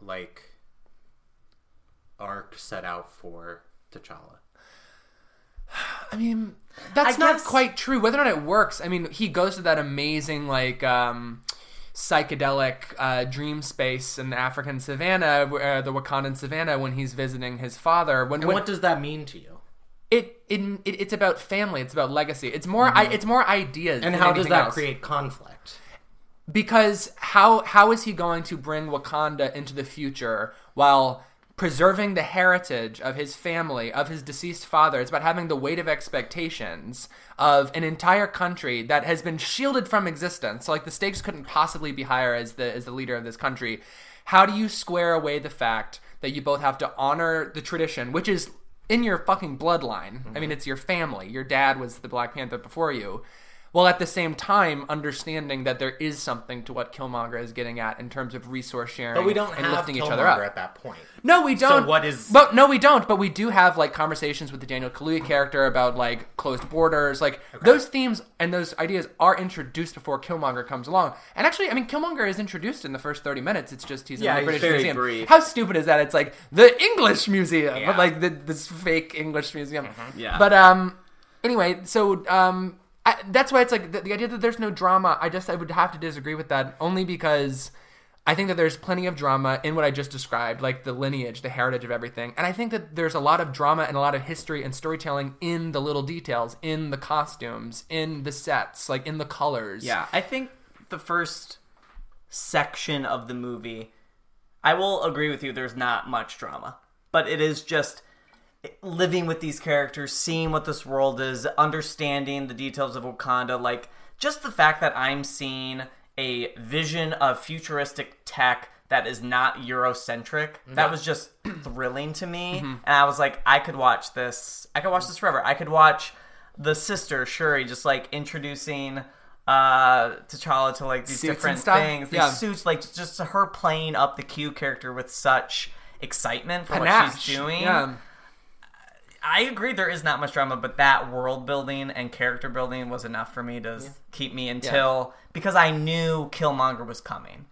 Speaker 2: like arc set out for T'Challa.
Speaker 1: I mean, that's
Speaker 3: I
Speaker 1: not
Speaker 3: guess-
Speaker 1: quite true. Whether or not it works, I mean, he goes to that amazing like um, psychedelic uh, dream space in the African savannah, where the Wakandan savannah, when he's visiting his father. When,
Speaker 2: And
Speaker 1: when
Speaker 2: what does that mean to you?
Speaker 1: it, it, it it's about family, it's about legacy. It's more I, it's more ideas.
Speaker 2: Mm-hmm. And
Speaker 1: than
Speaker 2: how does
Speaker 1: anything
Speaker 2: that
Speaker 1: else.
Speaker 2: create conflict?
Speaker 1: Because how how is he going to bring Wakanda into the future while preserving the heritage of his family, of his deceased father? It's about having the weight of expectations of an entire country that has been shielded from existence. So like the stakes couldn't possibly be higher as the as the leader of this country. How do you square away the fact that you both have to honor the tradition, which is in your fucking bloodline. I mean, it's your family. Your dad was the Black Panther before you. While at the same time understanding that there is something to what Killmonger is getting at in terms of resource sharing
Speaker 2: But we don't
Speaker 1: and
Speaker 2: have
Speaker 1: lifting each other up.
Speaker 2: at that point.
Speaker 1: No, we don't.
Speaker 2: what is-
Speaker 1: But no, we don't. But we do have like conversations with the Daniel Kaluuya character about like closed borders. Like those themes and those ideas are introduced before Killmonger comes along. And actually, I mean, Killmonger is introduced in the first thirty minutes. It's just he's
Speaker 3: Yeah,
Speaker 1: in the
Speaker 3: he's
Speaker 1: British
Speaker 3: very
Speaker 1: Museum.
Speaker 3: brief.
Speaker 1: How stupid is that? It's like the English Museum,
Speaker 2: Yeah.
Speaker 1: but like the, this fake English museum.
Speaker 3: Mm-hmm. Yeah.
Speaker 1: But um, anyway, so um. I, that's why it's like the, the idea that there's no drama. I just I would have to disagree with that only because I think that there's plenty of drama in what I just described, like the lineage, the heritage of everything. And I think that there's a lot of drama and a lot of history and storytelling in the little details, in the costumes, in the sets, like in the colors.
Speaker 3: Yeah, I think the first section of the movie, I will agree with you, there's not much drama, but it is just living with these characters, seeing what this world is, understanding the details of Wakanda, like just the fact that I'm seeing a vision of futuristic tech that is not eurocentric that was just thrilling to me
Speaker 1: Mm-hmm.
Speaker 3: and i was like i could watch this i could watch this forever i could watch the sister shuri just like introducing uh t'challa to like these
Speaker 1: Suits and
Speaker 3: different
Speaker 1: stuff?
Speaker 3: things these
Speaker 1: Yeah.
Speaker 3: suits like just her playing up the q character with such excitement for what
Speaker 1: Panache.
Speaker 3: she's doing
Speaker 1: Yeah.
Speaker 3: I agree there is not much drama, but that world building and character building was enough for me to s- keep me until because I knew Killmonger was coming,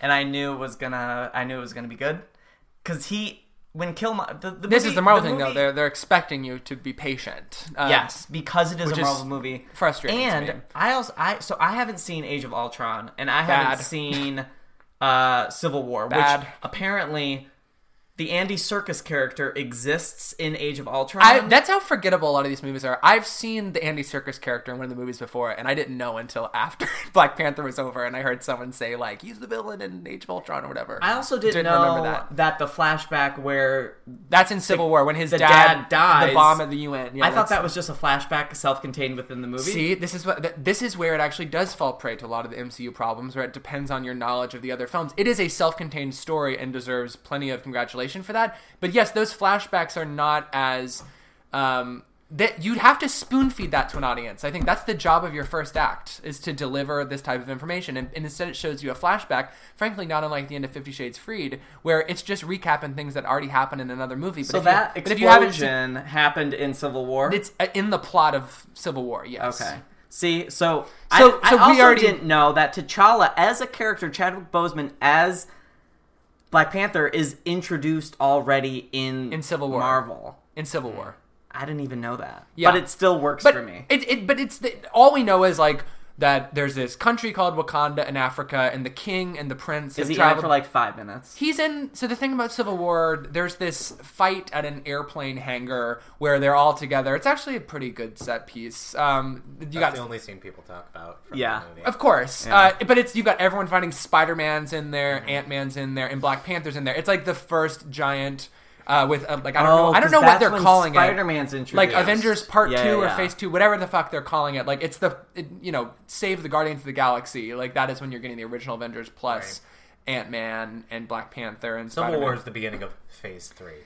Speaker 3: and I knew it was gonna I knew it was gonna be good because he when Killmonger the, the
Speaker 1: This
Speaker 3: movie-
Speaker 1: is the Marvel thing,
Speaker 3: movie-
Speaker 1: though. They're they're expecting you to be patient. Um,
Speaker 3: yes because it is a
Speaker 1: which is
Speaker 3: Marvel movie
Speaker 1: frustrating to
Speaker 3: and
Speaker 1: me.
Speaker 3: I also I so I haven't seen Age of Ultron and I
Speaker 1: Bad.
Speaker 3: haven't seen uh Civil War
Speaker 1: Bad.
Speaker 3: which apparently the Andy Circus character exists in Age of Ultron.
Speaker 1: I, that's how forgettable a lot of these movies are. I've seen the Andy Circus character in one of the movies before, and I didn't know until after Black Panther was over, and I heard someone say like he's the villain in Age of Ultron or whatever.
Speaker 3: I also didn't,
Speaker 1: Didn't
Speaker 3: know
Speaker 1: remember that.
Speaker 3: the flashback where
Speaker 1: that's in Civil War when his
Speaker 3: the
Speaker 1: dad,
Speaker 3: dad dies.
Speaker 1: the bomb at the UN. Yeah,
Speaker 3: I thought
Speaker 1: that's-
Speaker 3: that was just a flashback self-contained within the movie.
Speaker 1: See, this is what th- this is where it actually does fall prey to a lot of the MCU problems, where it depends on your knowledge of the other films. It is a self-contained story and deserves plenty of congratulation for that. But yes, those flashbacks are not as um, that you'd have to spoon feed that to an audience. I think that's the job of your first act is to deliver this type of information, and, and instead it shows you a flashback. Frankly, not unlike the end of Fifty Shades Freed, where it's just recapping things that already happened in another movie. But
Speaker 3: so
Speaker 1: if
Speaker 3: that
Speaker 1: you, but if you haven't, seen-
Speaker 3: explosion happened in Civil War.
Speaker 1: it's uh, in the plot of Civil War. Yes.
Speaker 3: Okay. See, so,
Speaker 1: So-
Speaker 3: I,
Speaker 1: so
Speaker 3: I
Speaker 1: we
Speaker 3: also
Speaker 1: already-
Speaker 3: didn't know that T'Challa as a character, Chadwick Boseman as Black Panther, is introduced already in
Speaker 1: In Civil War.
Speaker 3: Marvel.
Speaker 1: In Civil War.
Speaker 3: I didn't even know that,
Speaker 1: Yeah.
Speaker 3: but it still works
Speaker 1: but
Speaker 3: for me.
Speaker 1: It, it but it's the, all we know is like that there's this country called Wakanda in Africa, and the king and the prince
Speaker 3: Is
Speaker 1: have
Speaker 3: he in it
Speaker 1: traveled.
Speaker 3: for like five minutes?
Speaker 1: He's in. So the thing about Civil War, there's this fight at an airplane hangar where they're all together. It's actually a pretty good set piece. Um, you
Speaker 2: That's
Speaker 1: got
Speaker 2: the only scene people talk about. From
Speaker 3: Yeah.
Speaker 2: The movie.
Speaker 1: of course, uh, but it's you've got everyone finding Spider Man's in there,
Speaker 2: Mm-hmm.
Speaker 1: Ant Man's in there, and Black Panther's in there. It's like the first giant uh, with uh, like I don't
Speaker 3: Oh,
Speaker 1: know, I don't know what they're calling it.
Speaker 3: Spider-Man's introduced.
Speaker 1: like Avengers Part
Speaker 3: Yeah,
Speaker 1: Two or
Speaker 3: yeah.
Speaker 1: Phase Two, whatever the fuck they're calling it. Like it's the it, you know save the Guardians of the Galaxy. Like that is when you're getting the original Avengers plus Ant Man and Black Panther and
Speaker 2: Civil
Speaker 1: Spider-Man.
Speaker 2: War is the beginning of Phase Three.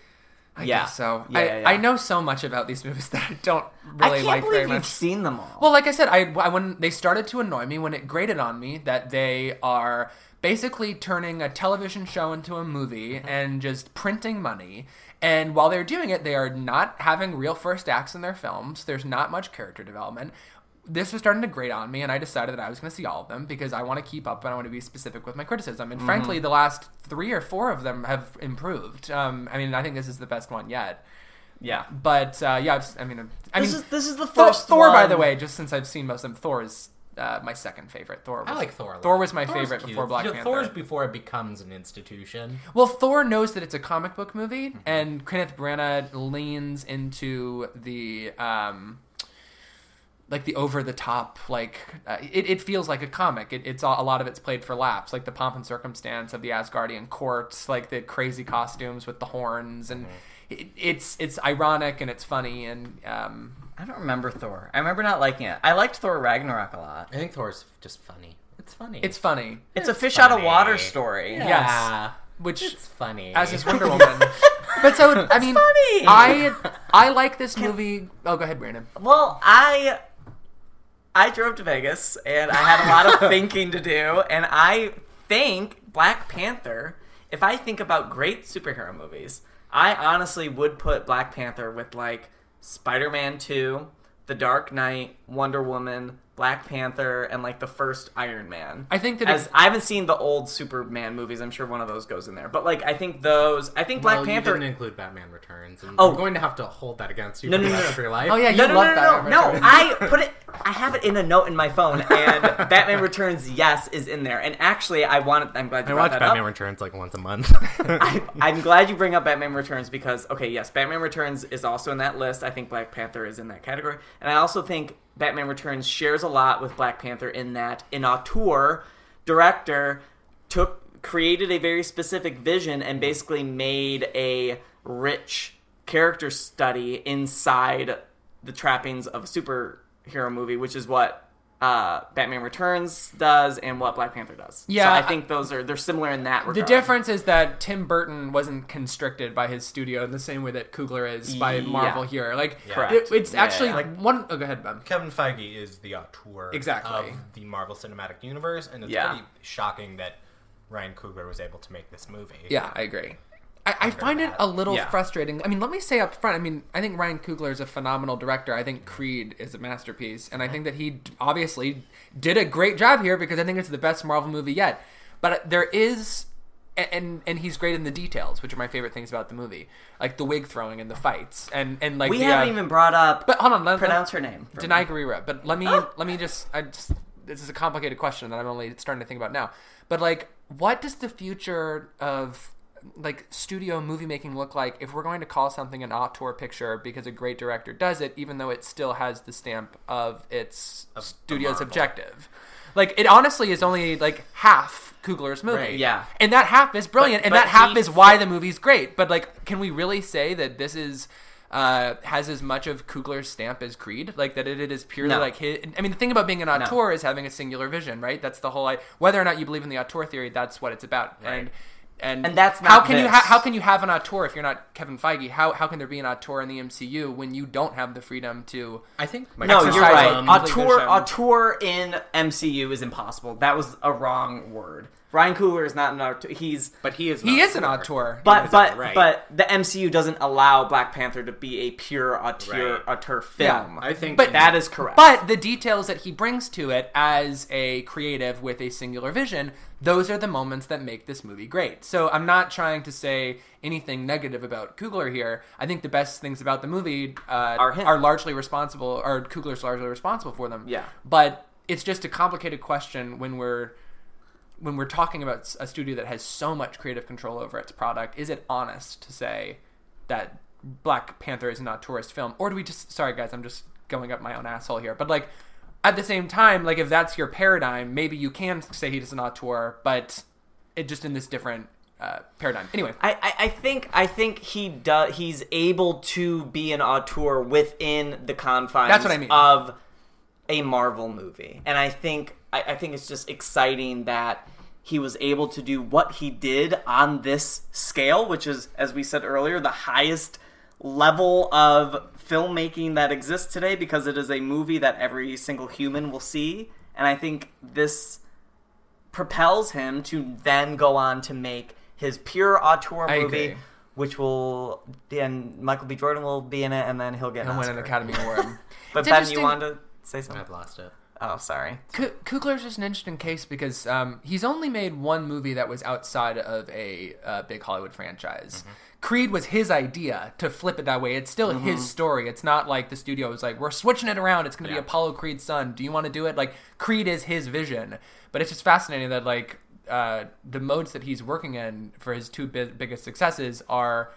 Speaker 1: I
Speaker 3: Yeah.
Speaker 1: guess so
Speaker 3: Yeah,
Speaker 1: I,
Speaker 3: yeah, yeah.
Speaker 1: I know so much about these movies that I don't
Speaker 3: I
Speaker 1: really
Speaker 3: can't
Speaker 1: like
Speaker 3: believe
Speaker 1: very
Speaker 3: you've
Speaker 1: much.
Speaker 3: seen them all.
Speaker 1: Well, like I said, I I- when they started to annoy me when it grated on me that they are basically turning a television show into a movie and just printing money. And while they're doing it, they are not having real first acts in their films. There's not much character development. This was starting to grate on me, and I decided that I was going to see all of them because I want to keep up and I want to be specific with my criticism. And frankly, the last three or four of them have improved. Um, I mean, I think this is the best one yet.
Speaker 3: yeah.
Speaker 1: But uh, yeah, it's- I mean, I
Speaker 3: This
Speaker 1: mean,
Speaker 3: is this is the
Speaker 1: Thor,
Speaker 3: first
Speaker 1: Thor, by the
Speaker 3: one.
Speaker 1: way, just since I've seen most of them, Thor is uh, my second favorite. Thor, was,
Speaker 2: I like Thor. A lot.
Speaker 1: Thor was my
Speaker 2: Thor's
Speaker 1: favorite
Speaker 2: cute.
Speaker 1: before Black
Speaker 2: Yeah,
Speaker 1: Panther.
Speaker 2: Thor's before it becomes an institution.
Speaker 1: well, Thor knows that it's a comic book movie,
Speaker 2: Mm-hmm.
Speaker 1: and Kenneth Branagh leans into the um, like the over the top. Like uh, it, it feels like a comic. It, it's all, a lot of it's played for laughs, like the pomp and circumstance of the Asgardian courts, like the crazy costumes with the horns, and
Speaker 2: Mm-hmm.
Speaker 1: it, it's it's ironic and it's funny and. Um,
Speaker 3: I don't remember Thor. I remember not liking it. I liked Thor Ragnarok a lot.
Speaker 2: I think Thor's just funny. It's funny.
Speaker 1: it's funny,
Speaker 3: It's, a fish out of
Speaker 2: funny.
Speaker 3: water story.
Speaker 2: yeah.
Speaker 1: which
Speaker 2: It's funny.
Speaker 1: as is Wonder Woman. but so I mean,
Speaker 3: funny.
Speaker 1: I I like this movie. Oh, go ahead, Brandon.
Speaker 3: Well, I I drove to Vegas and I had a lot of thinking to do, and I think Black Panther. If I think about great superhero movies, I honestly would put Black Panther with like Spider-Man Two, The Dark Knight, Wonder Woman, Black Panther, and like the first Iron Man.
Speaker 1: I think that
Speaker 3: As
Speaker 1: if-
Speaker 3: I haven't seen the old Superman movies, I'm sure one of those goes in there. But like, I think those. I think Black
Speaker 2: Well,
Speaker 3: Panther.
Speaker 2: Oh, you didn't include Batman Returns. And
Speaker 3: Oh.
Speaker 2: I'm going to have to hold that against you
Speaker 3: No,
Speaker 2: for
Speaker 3: no,
Speaker 2: the
Speaker 3: no,
Speaker 2: rest
Speaker 3: no.
Speaker 2: of your life.
Speaker 1: Oh yeah, you
Speaker 3: no, no,
Speaker 1: love
Speaker 3: no,
Speaker 1: that.
Speaker 3: no, no, no. I put it. I have it in a note in my phone, and Batman Returns, yes, is in there. And actually, I wanted. I'm glad you
Speaker 2: I
Speaker 3: brought
Speaker 2: watch
Speaker 3: that
Speaker 2: Batman
Speaker 3: up.
Speaker 2: Returns like once a month.
Speaker 3: I, I'm glad you bring up Batman Returns because okay, yes, Batman Returns is also in that list. I think Black Panther is in that category, and I also think Batman Returns shares a lot with Black Panther in that an auteur director took created a very specific vision and basically made a rich character study inside the trappings of a superhero movie, which is what uh, Batman Returns does and what Black Panther does.
Speaker 1: Yeah,
Speaker 3: so I
Speaker 1: I-
Speaker 3: think those are they're similar in that
Speaker 1: The
Speaker 3: regard.
Speaker 1: difference is that Tim Burton wasn't constricted by his studio in the same way that Kugler is by
Speaker 3: Yeah.
Speaker 1: Marvel here. Like,
Speaker 2: Correct.
Speaker 1: it- it's
Speaker 3: Yeah,
Speaker 1: actually
Speaker 3: yeah.
Speaker 1: like one oh go ahead, Ben.
Speaker 2: Kevin Feige is the auteur
Speaker 1: Exactly.
Speaker 2: of the Marvel Cinematic Universe, and it's
Speaker 3: Yeah.
Speaker 2: pretty shocking that Ryan Coogler was able to make this movie.
Speaker 1: Yeah, I agree. I, I find it a little
Speaker 3: Yeah.
Speaker 1: frustrating. I mean, let me say up front. I mean, I think Ryan Coogler is a phenomenal director. I think Creed is a masterpiece, and I think that he d- obviously did a great job here because I think it's the best Marvel movie yet. But there is, a- and and he's great in the details, which are my favorite things about the movie, like the wig throwing and the fights, and and like
Speaker 3: We
Speaker 1: the,
Speaker 3: haven't
Speaker 1: uh,
Speaker 3: even brought up.
Speaker 1: But hold on, let,
Speaker 3: pronounce
Speaker 1: let,
Speaker 3: her name. for
Speaker 1: Denai
Speaker 3: me.
Speaker 1: Guerrera. But let me let me just I just this is a complicated question that I'm only starting to think about now. But like, what does the future of like studio movie making look like if we're going to call something an auteur picture because a great director does it, even though it still has the stamp of its studio's objective? Like it honestly is only like half Kugler's movie.
Speaker 2: Right,
Speaker 3: yeah.
Speaker 1: And that half is brilliant,
Speaker 3: But-
Speaker 1: and
Speaker 3: but
Speaker 1: that half
Speaker 3: he
Speaker 1: is why the movie's great. But like, can we really say that this is uh, has as much of Kugler's stamp as Creed? Like that it, it is purely
Speaker 3: No.
Speaker 1: like his. I mean, the thing about being an auteur is having a singular vision, right? That's the whole. I Whether or not you believe in the auteur theory, that's what it's about. And and
Speaker 3: And that's
Speaker 1: how
Speaker 3: not
Speaker 1: can you
Speaker 3: this.
Speaker 1: ha- how can you have an auteur if you're not Kevin Feige? How how can there be an auteur in the MCU when you don't have the freedom to?
Speaker 2: I think
Speaker 3: No,
Speaker 1: Exercise
Speaker 3: you're right.
Speaker 1: on complete
Speaker 3: Auteur,
Speaker 1: vision.
Speaker 3: auteur in MCU is impossible. That was a wrong word. Ryan Coogler is not an auteur. He's
Speaker 2: but he is
Speaker 1: He
Speaker 2: not
Speaker 1: is an auteur.
Speaker 3: but but
Speaker 2: right.
Speaker 3: but the MCU doesn't allow Black Panther to be a pure auteur
Speaker 2: Right.
Speaker 3: auteur film.
Speaker 2: I think
Speaker 1: But-
Speaker 3: that is correct.
Speaker 1: But the details that he brings to it as a creative with a singular vision, those are the moments that make this movie great. So I'm not trying to say anything negative about Kugler here. I think the best things about the movie uh, are,
Speaker 3: him.
Speaker 1: largely responsible, or Kugler's largely responsible for them.
Speaker 3: Yeah.
Speaker 1: But it's just a complicated question when we're when we're talking about s- a studio that has so much creative control over its product, is it honest to say that Black Panther is not a tourist film? Or do we just, sorry guys, I'm just going up my own asshole here. But like, at the same time, like if that's your paradigm, maybe you can say he is an auteur, but it just in this different uh, paradigm. Anyway,
Speaker 3: I, I, I think I think he does. He's able to be an auteur within the confines.
Speaker 1: That's what I mean.
Speaker 3: of a Marvel movie, and I think I, I think it's just exciting that he was able to do what he did on this scale, which is, as we said earlier, the highest level of filmmaking that exists today because it is a movie that every single human will see, and I think this propels him to then go on to make his pure auteur
Speaker 1: I
Speaker 3: movie,
Speaker 1: agree.
Speaker 3: which will then Michael B. Jordan will be in it, and then he'll get an
Speaker 1: I won
Speaker 3: Oscar.
Speaker 1: an Academy Award.
Speaker 3: But
Speaker 1: It's
Speaker 3: Ben, you
Speaker 1: interesting-
Speaker 3: wanted to say something?
Speaker 2: I've lost it.
Speaker 3: Oh, sorry.
Speaker 1: Ku- Kugler's just an interesting case because um, he's only made one movie that was outside of a uh, big Hollywood franchise. Creed was his idea to flip it that way. It's still his story. It's not like the studio was like, "We're switching it around. It's going to
Speaker 2: Yeah.
Speaker 1: be Apollo Creed's son. Do you want to do it?" Like Creed is his vision, but it's just fascinating that like uh, the modes that he's working in for his two bi- biggest successes are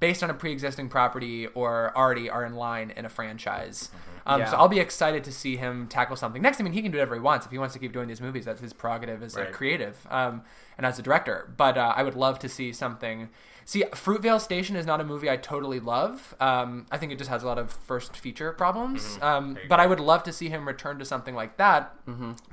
Speaker 1: based on a pre-existing property or already are in line in a franchise. Um, So
Speaker 3: Yeah.
Speaker 1: I'll be excited to see him tackle something next. I mean, he can do whatever he wants. If he wants to keep doing these movies, that's his prerogative as a
Speaker 2: Right.
Speaker 1: creative um, and as a director. But uh, I would love to see something. See, Fruitvale Station is not a movie I totally love. Um, I think it just has a lot of first feature problems. Um, but I would love to see him return to something like that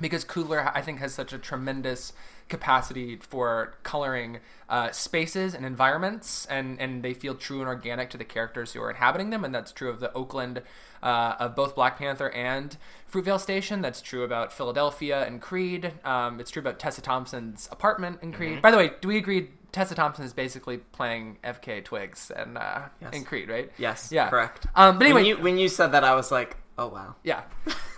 Speaker 1: because Kugler, I think, has such a tremendous capacity for coloring uh, spaces and environments, and, and they feel true and organic to the characters who are inhabiting them. And that's true of the Oakland uh, of both Black Panther and Fruitvale Station. That's true about Philadelphia and Creed. Um, it's true about Tessa Thompson's apartment in
Speaker 3: Mm-hmm.
Speaker 1: Creed. By the way, do we agree? Tessa Thompson is basically playing FK Twigs and uh, in Creed, right?
Speaker 3: Yes,
Speaker 1: Yeah.
Speaker 3: correct.
Speaker 1: Um, but anyway,
Speaker 3: when you when you said that, I was like, oh wow.
Speaker 1: yeah.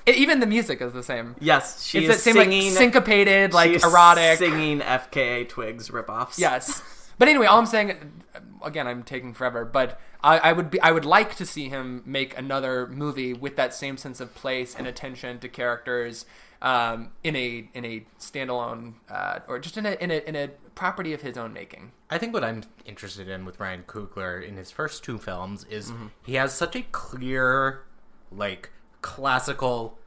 Speaker 1: It, even the music is the same.
Speaker 3: Yes, she
Speaker 1: It's
Speaker 3: is
Speaker 1: that same
Speaker 3: singing
Speaker 1: like syncopated, like
Speaker 3: she is
Speaker 1: erotic.
Speaker 3: singing FKA Twigs ripoffs.
Speaker 1: Yes. But anyway, all I'm saying, again, I'm taking forever, but I, I would be, I would like to see him make another movie with that same sense of place and attention to characters, um, in a in a standalone uh, or just in a, in a in a property of his own making.
Speaker 2: I think what I'm interested in with Ryan Coogler in his first two films is he has such a clear, like, classical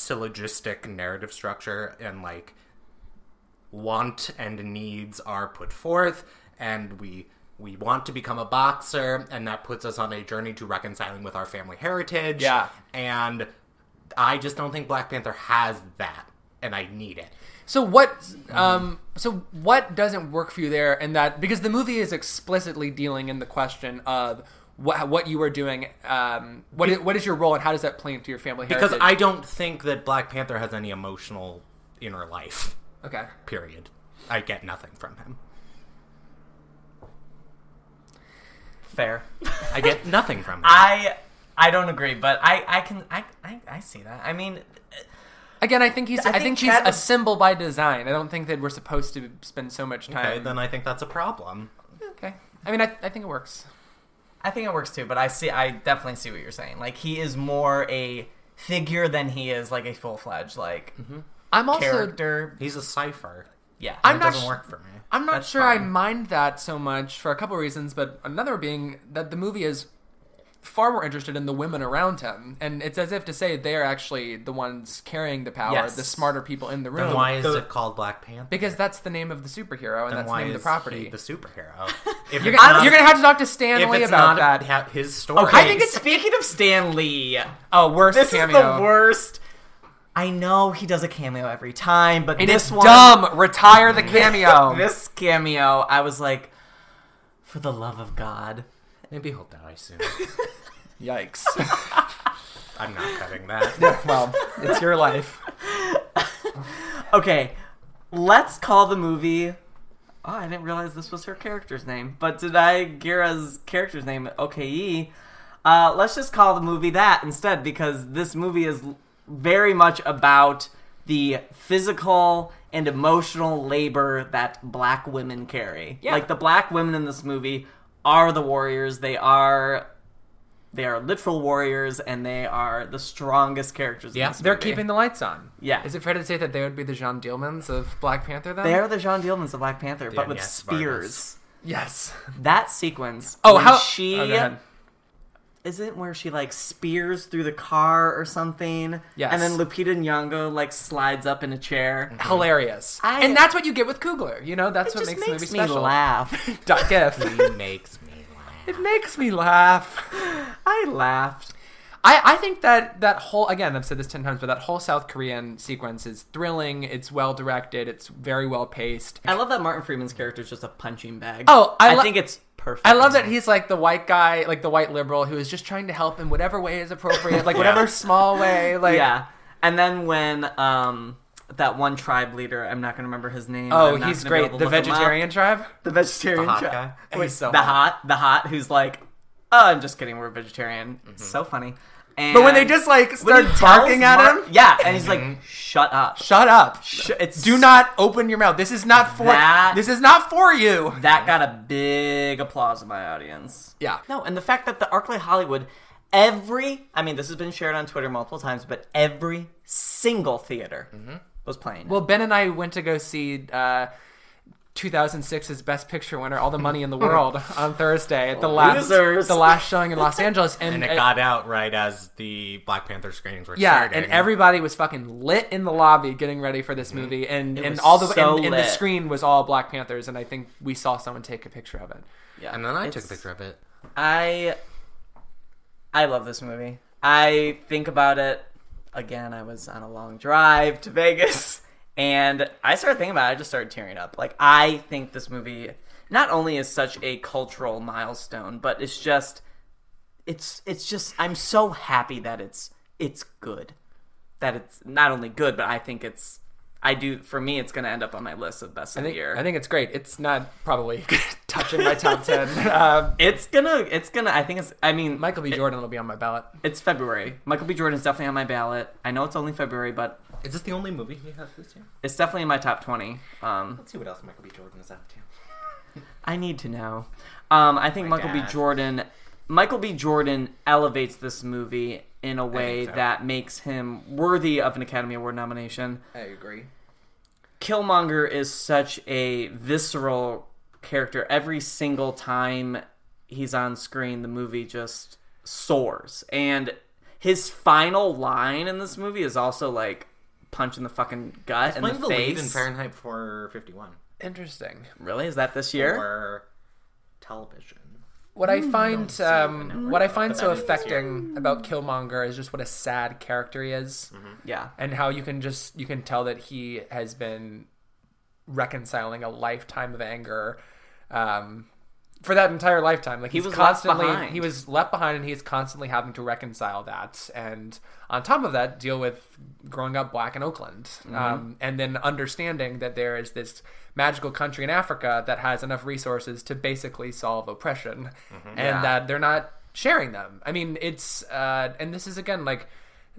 Speaker 2: syllogistic narrative structure and, like, want and needs are put forth and we we want to become a boxer and that puts us on a journey to reconciling with our family heritage
Speaker 1: Yeah.
Speaker 2: and i just don't think black panther has that and i need it
Speaker 1: So what? Um, so what doesn't work for you there? And that because the movie is explicitly dealing in the question of what what you are doing, um, what is, what is your role, and how does that play into your family
Speaker 2: because
Speaker 1: heritage?
Speaker 2: i don't think that black panther has any emotional inner life
Speaker 1: I okay.
Speaker 2: period. I get nothing from him.
Speaker 3: fair.
Speaker 2: I get nothing from him.
Speaker 3: I I don't agree, but I I can I I, I see that. I mean,
Speaker 1: Again, I think he's. I
Speaker 3: I
Speaker 1: think,
Speaker 3: think
Speaker 1: he's
Speaker 3: Chad
Speaker 1: a
Speaker 3: was-
Speaker 1: symbol by design. I don't think that we're supposed to spend so much
Speaker 2: okay,
Speaker 1: time.
Speaker 2: then I think that's a problem.
Speaker 1: Okay. I mean, I, I think it works.
Speaker 3: I think it works too. But I see I definitely see what you're saying. Like he is more a figure than he is like a full fledged like
Speaker 1: I'm also
Speaker 3: character.
Speaker 2: He's a cipher. Yeah,
Speaker 1: Mm-hmm. I'm
Speaker 2: it
Speaker 1: not
Speaker 2: doesn't
Speaker 1: sh-
Speaker 2: work for me.
Speaker 1: I'm not
Speaker 2: That's
Speaker 1: sure I
Speaker 2: fine.
Speaker 1: mind that so much for a couple reasons, but another being that the movie is far more interested in the women around him, and it's as if to say they are actually the ones carrying the power,
Speaker 3: Yes.
Speaker 1: the smarter people in the room.
Speaker 2: Then why is
Speaker 3: the-
Speaker 2: it called Black Panther?
Speaker 1: Because that's the name of the superhero, and
Speaker 2: Then
Speaker 1: that's the
Speaker 2: why
Speaker 1: name of the
Speaker 2: is
Speaker 1: property.
Speaker 2: he the superhero. If
Speaker 1: You're,
Speaker 2: it's
Speaker 1: gonna,
Speaker 2: not-
Speaker 1: you're gonna have to talk to Stan
Speaker 2: if
Speaker 1: Lee
Speaker 2: it's
Speaker 1: about
Speaker 2: not
Speaker 1: that.
Speaker 2: ha- his story.
Speaker 3: I think it's speaking of Stan Lee.
Speaker 1: oh, worst
Speaker 3: This
Speaker 1: cameo.
Speaker 3: is the worst. I know he does a cameo every time, but
Speaker 1: And
Speaker 3: this
Speaker 1: it's
Speaker 3: one
Speaker 1: dumb. Retire the cameo.
Speaker 3: this cameo, I was like, for the love of God.
Speaker 2: maybe he'll die soon.
Speaker 1: Yikes.
Speaker 2: I'm not cutting that.
Speaker 1: well, it's your life.
Speaker 3: Okay, let's call the movie. Oh, I didn't realize this was her character's name, but did I Gira's character's name? OKE. Uh, let's just call the movie that instead, because this movie is l- very much about the physical and emotional labor that black women carry.
Speaker 1: Yeah.
Speaker 3: Like the black women in this movie are the warriors. They are they are literal warriors, and they are the strongest characters.
Speaker 2: Yeah,
Speaker 3: in this
Speaker 1: They're
Speaker 3: movie.
Speaker 1: keeping the lights on.
Speaker 3: Yeah.
Speaker 1: Is it fair to say that they would be the Jean Dielmans of Black Panther? Then
Speaker 3: They are the John Dillmans of Black Panther, but with
Speaker 2: Agnes
Speaker 3: spears.
Speaker 1: Yes.
Speaker 3: That sequence.
Speaker 1: Oh,
Speaker 3: when
Speaker 1: how
Speaker 3: she
Speaker 1: Oh, go ahead.
Speaker 3: isn't where she like spears through the car or something.
Speaker 1: Yes.
Speaker 3: And then Lupita Nyong'o like slides up in a chair.
Speaker 1: hilarious.
Speaker 3: I-
Speaker 1: and that's what you get with Kugler. You know, that's
Speaker 3: It
Speaker 1: what
Speaker 3: just
Speaker 1: makes,
Speaker 3: makes,
Speaker 1: the movie
Speaker 3: me
Speaker 1: special.
Speaker 3: laugh.
Speaker 1: Dot GIF.
Speaker 2: He makes me laugh.
Speaker 1: it makes me laugh.
Speaker 3: I laughed.
Speaker 1: I, I think that that whole again I've said this ten times, but that whole South Korean sequence is thrilling. It's well directed. It's very well paced.
Speaker 3: I love that Martin Freeman's character is just a punching bag.
Speaker 1: Oh, I lo-
Speaker 3: think it's perfect.
Speaker 1: I love that he's like the white guy, like the white liberal who is just trying to help in whatever way is appropriate, like whatever small way. Like
Speaker 3: yeah. And then when um that one tribe leader, I'm not gonna remember his name.
Speaker 1: oh,
Speaker 3: I'm not
Speaker 1: he's
Speaker 3: gonna be
Speaker 1: great.
Speaker 3: able to
Speaker 1: The
Speaker 3: look him up.
Speaker 1: vegetarian tribe.
Speaker 3: The vegetarian
Speaker 2: The hot
Speaker 3: tri-
Speaker 2: guy?
Speaker 3: Wait,
Speaker 1: He's so
Speaker 3: the
Speaker 1: hot.
Speaker 3: hot. the hot who's like, oh, I'm just kidding, we're vegetarian. So funny. And
Speaker 1: Mm-hmm. But when they just like
Speaker 3: when
Speaker 1: start
Speaker 3: he
Speaker 1: barking
Speaker 3: tells
Speaker 1: at
Speaker 3: Mar-
Speaker 1: him,
Speaker 3: yeah, and he's like, shut up.
Speaker 1: shut up.
Speaker 3: Sh- it's
Speaker 1: Do not open your mouth. This is not for
Speaker 3: That-
Speaker 1: this is not for you.
Speaker 3: That got a big applause in my audience.
Speaker 1: Yeah.
Speaker 3: No, and the fact that the ArcLight Hollywood, every I mean, this has been shared on Twitter multiple times, but every single theater was playing. it.
Speaker 1: Mm-hmm. Well, Ben and I went to go see uh, 2006's Best Picture winner, All the Money in the World, on Thursday at the last
Speaker 3: Losers.
Speaker 1: the last showing in Los Angeles, Oh, and,
Speaker 2: And it
Speaker 1: uh,
Speaker 2: got out right as the Black Panther screenings were
Speaker 1: yeah, Mm-hmm.
Speaker 2: starting.
Speaker 1: and everybody was fucking lit in the lobby getting ready for this movie, and and
Speaker 3: was
Speaker 1: all the
Speaker 3: so
Speaker 1: and, and the
Speaker 3: lit.
Speaker 1: screen was all Black Panthers, and I think we saw someone take a picture of it.
Speaker 3: yeah,
Speaker 2: And then I took
Speaker 3: it's-
Speaker 2: the picture of it.
Speaker 3: I I love this movie. I think about it again. I was on a long drive to Vegas and I started thinking about it. I just started tearing up. Like I think this movie not only is such a cultural milestone, but it's just it's it's just I'm so happy that it's it's good. That it's not only good, but I think it's I do for me it's going to end up on my list of best of
Speaker 1: I
Speaker 3: the
Speaker 1: think,
Speaker 3: year.
Speaker 1: I think it's great. It's not probably touching my top ten. Um,
Speaker 3: it's going to it's going to I think it's I mean
Speaker 1: Michael B. Jordan will be on my ballot.
Speaker 3: It's February. Michael B. Jordan's definitely on my ballot. I know it's only February, but
Speaker 2: Is this the only movie he has this year?
Speaker 3: it's definitely in my top 20. Um,
Speaker 2: Let's see what else Michael B. Jordan is up to.
Speaker 3: I need to know. Um, I think Michael
Speaker 2: dad.
Speaker 3: B. Jordan. Michael B. Jordan elevates this movie in a way
Speaker 2: so.
Speaker 3: that makes him worthy of an Academy Award nomination.
Speaker 2: I agree.
Speaker 3: Killmonger is such a visceral character. Every single time he's on screen, the movie just soars. And his final line in this movie is also like punch in the fucking gut and the,
Speaker 2: Playing the lead in
Speaker 3: face.
Speaker 2: Fahrenheit 451
Speaker 1: Interesting.
Speaker 3: really? Is that this year?
Speaker 2: or television.
Speaker 1: What I find um, what I find so affecting about Killmonger is just what a sad character he is,
Speaker 3: Yeah.
Speaker 1: and how you can just you can tell that he has been reconciling a lifetime of anger um, for that entire lifetime. Like he's
Speaker 3: was left
Speaker 1: constantly
Speaker 3: behind.
Speaker 1: he was left behind, and he's constantly having to reconcile that, and on top of that, deal with growing up black in Oakland,
Speaker 3: Mm-hmm.
Speaker 1: um, and then understanding that there is this magical country in Africa that has enough resources to basically solve oppression,
Speaker 3: Mm-hmm.
Speaker 1: and that they're not sharing them. I mean, it's uh, and this is again like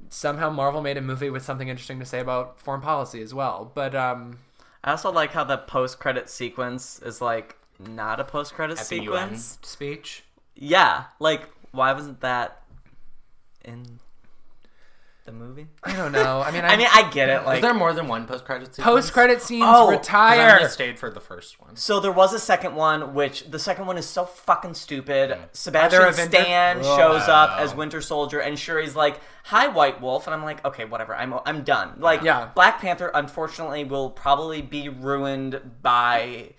Speaker 1: somehow Marvel made a movie with something interesting to say about foreign policy as well, but um,
Speaker 3: I also like how the post credit sequence is like not a post credit
Speaker 2: The UN
Speaker 3: sequence.
Speaker 2: speech.
Speaker 3: Yeah. Like, why wasn't that in The movie?
Speaker 2: I don't know. I mean, I,
Speaker 3: I mean, I get it.
Speaker 2: was
Speaker 3: Like,
Speaker 2: there more than one post credit scene?
Speaker 1: Post credit scenes
Speaker 3: Oh,
Speaker 2: I
Speaker 1: retire.
Speaker 2: only stayed for the first one.
Speaker 3: so there was a second one, which the second one is so fucking stupid.
Speaker 1: Are there
Speaker 3: Sebastian
Speaker 1: a Vinter?
Speaker 3: Stan shows up as Winter Soldier, and Shuri's like, "Hi, White Wolf," and I'm like, "Okay, whatever. I'm I'm done." Like,
Speaker 1: Yeah.
Speaker 3: Black Panther, unfortunately, will probably be ruined by.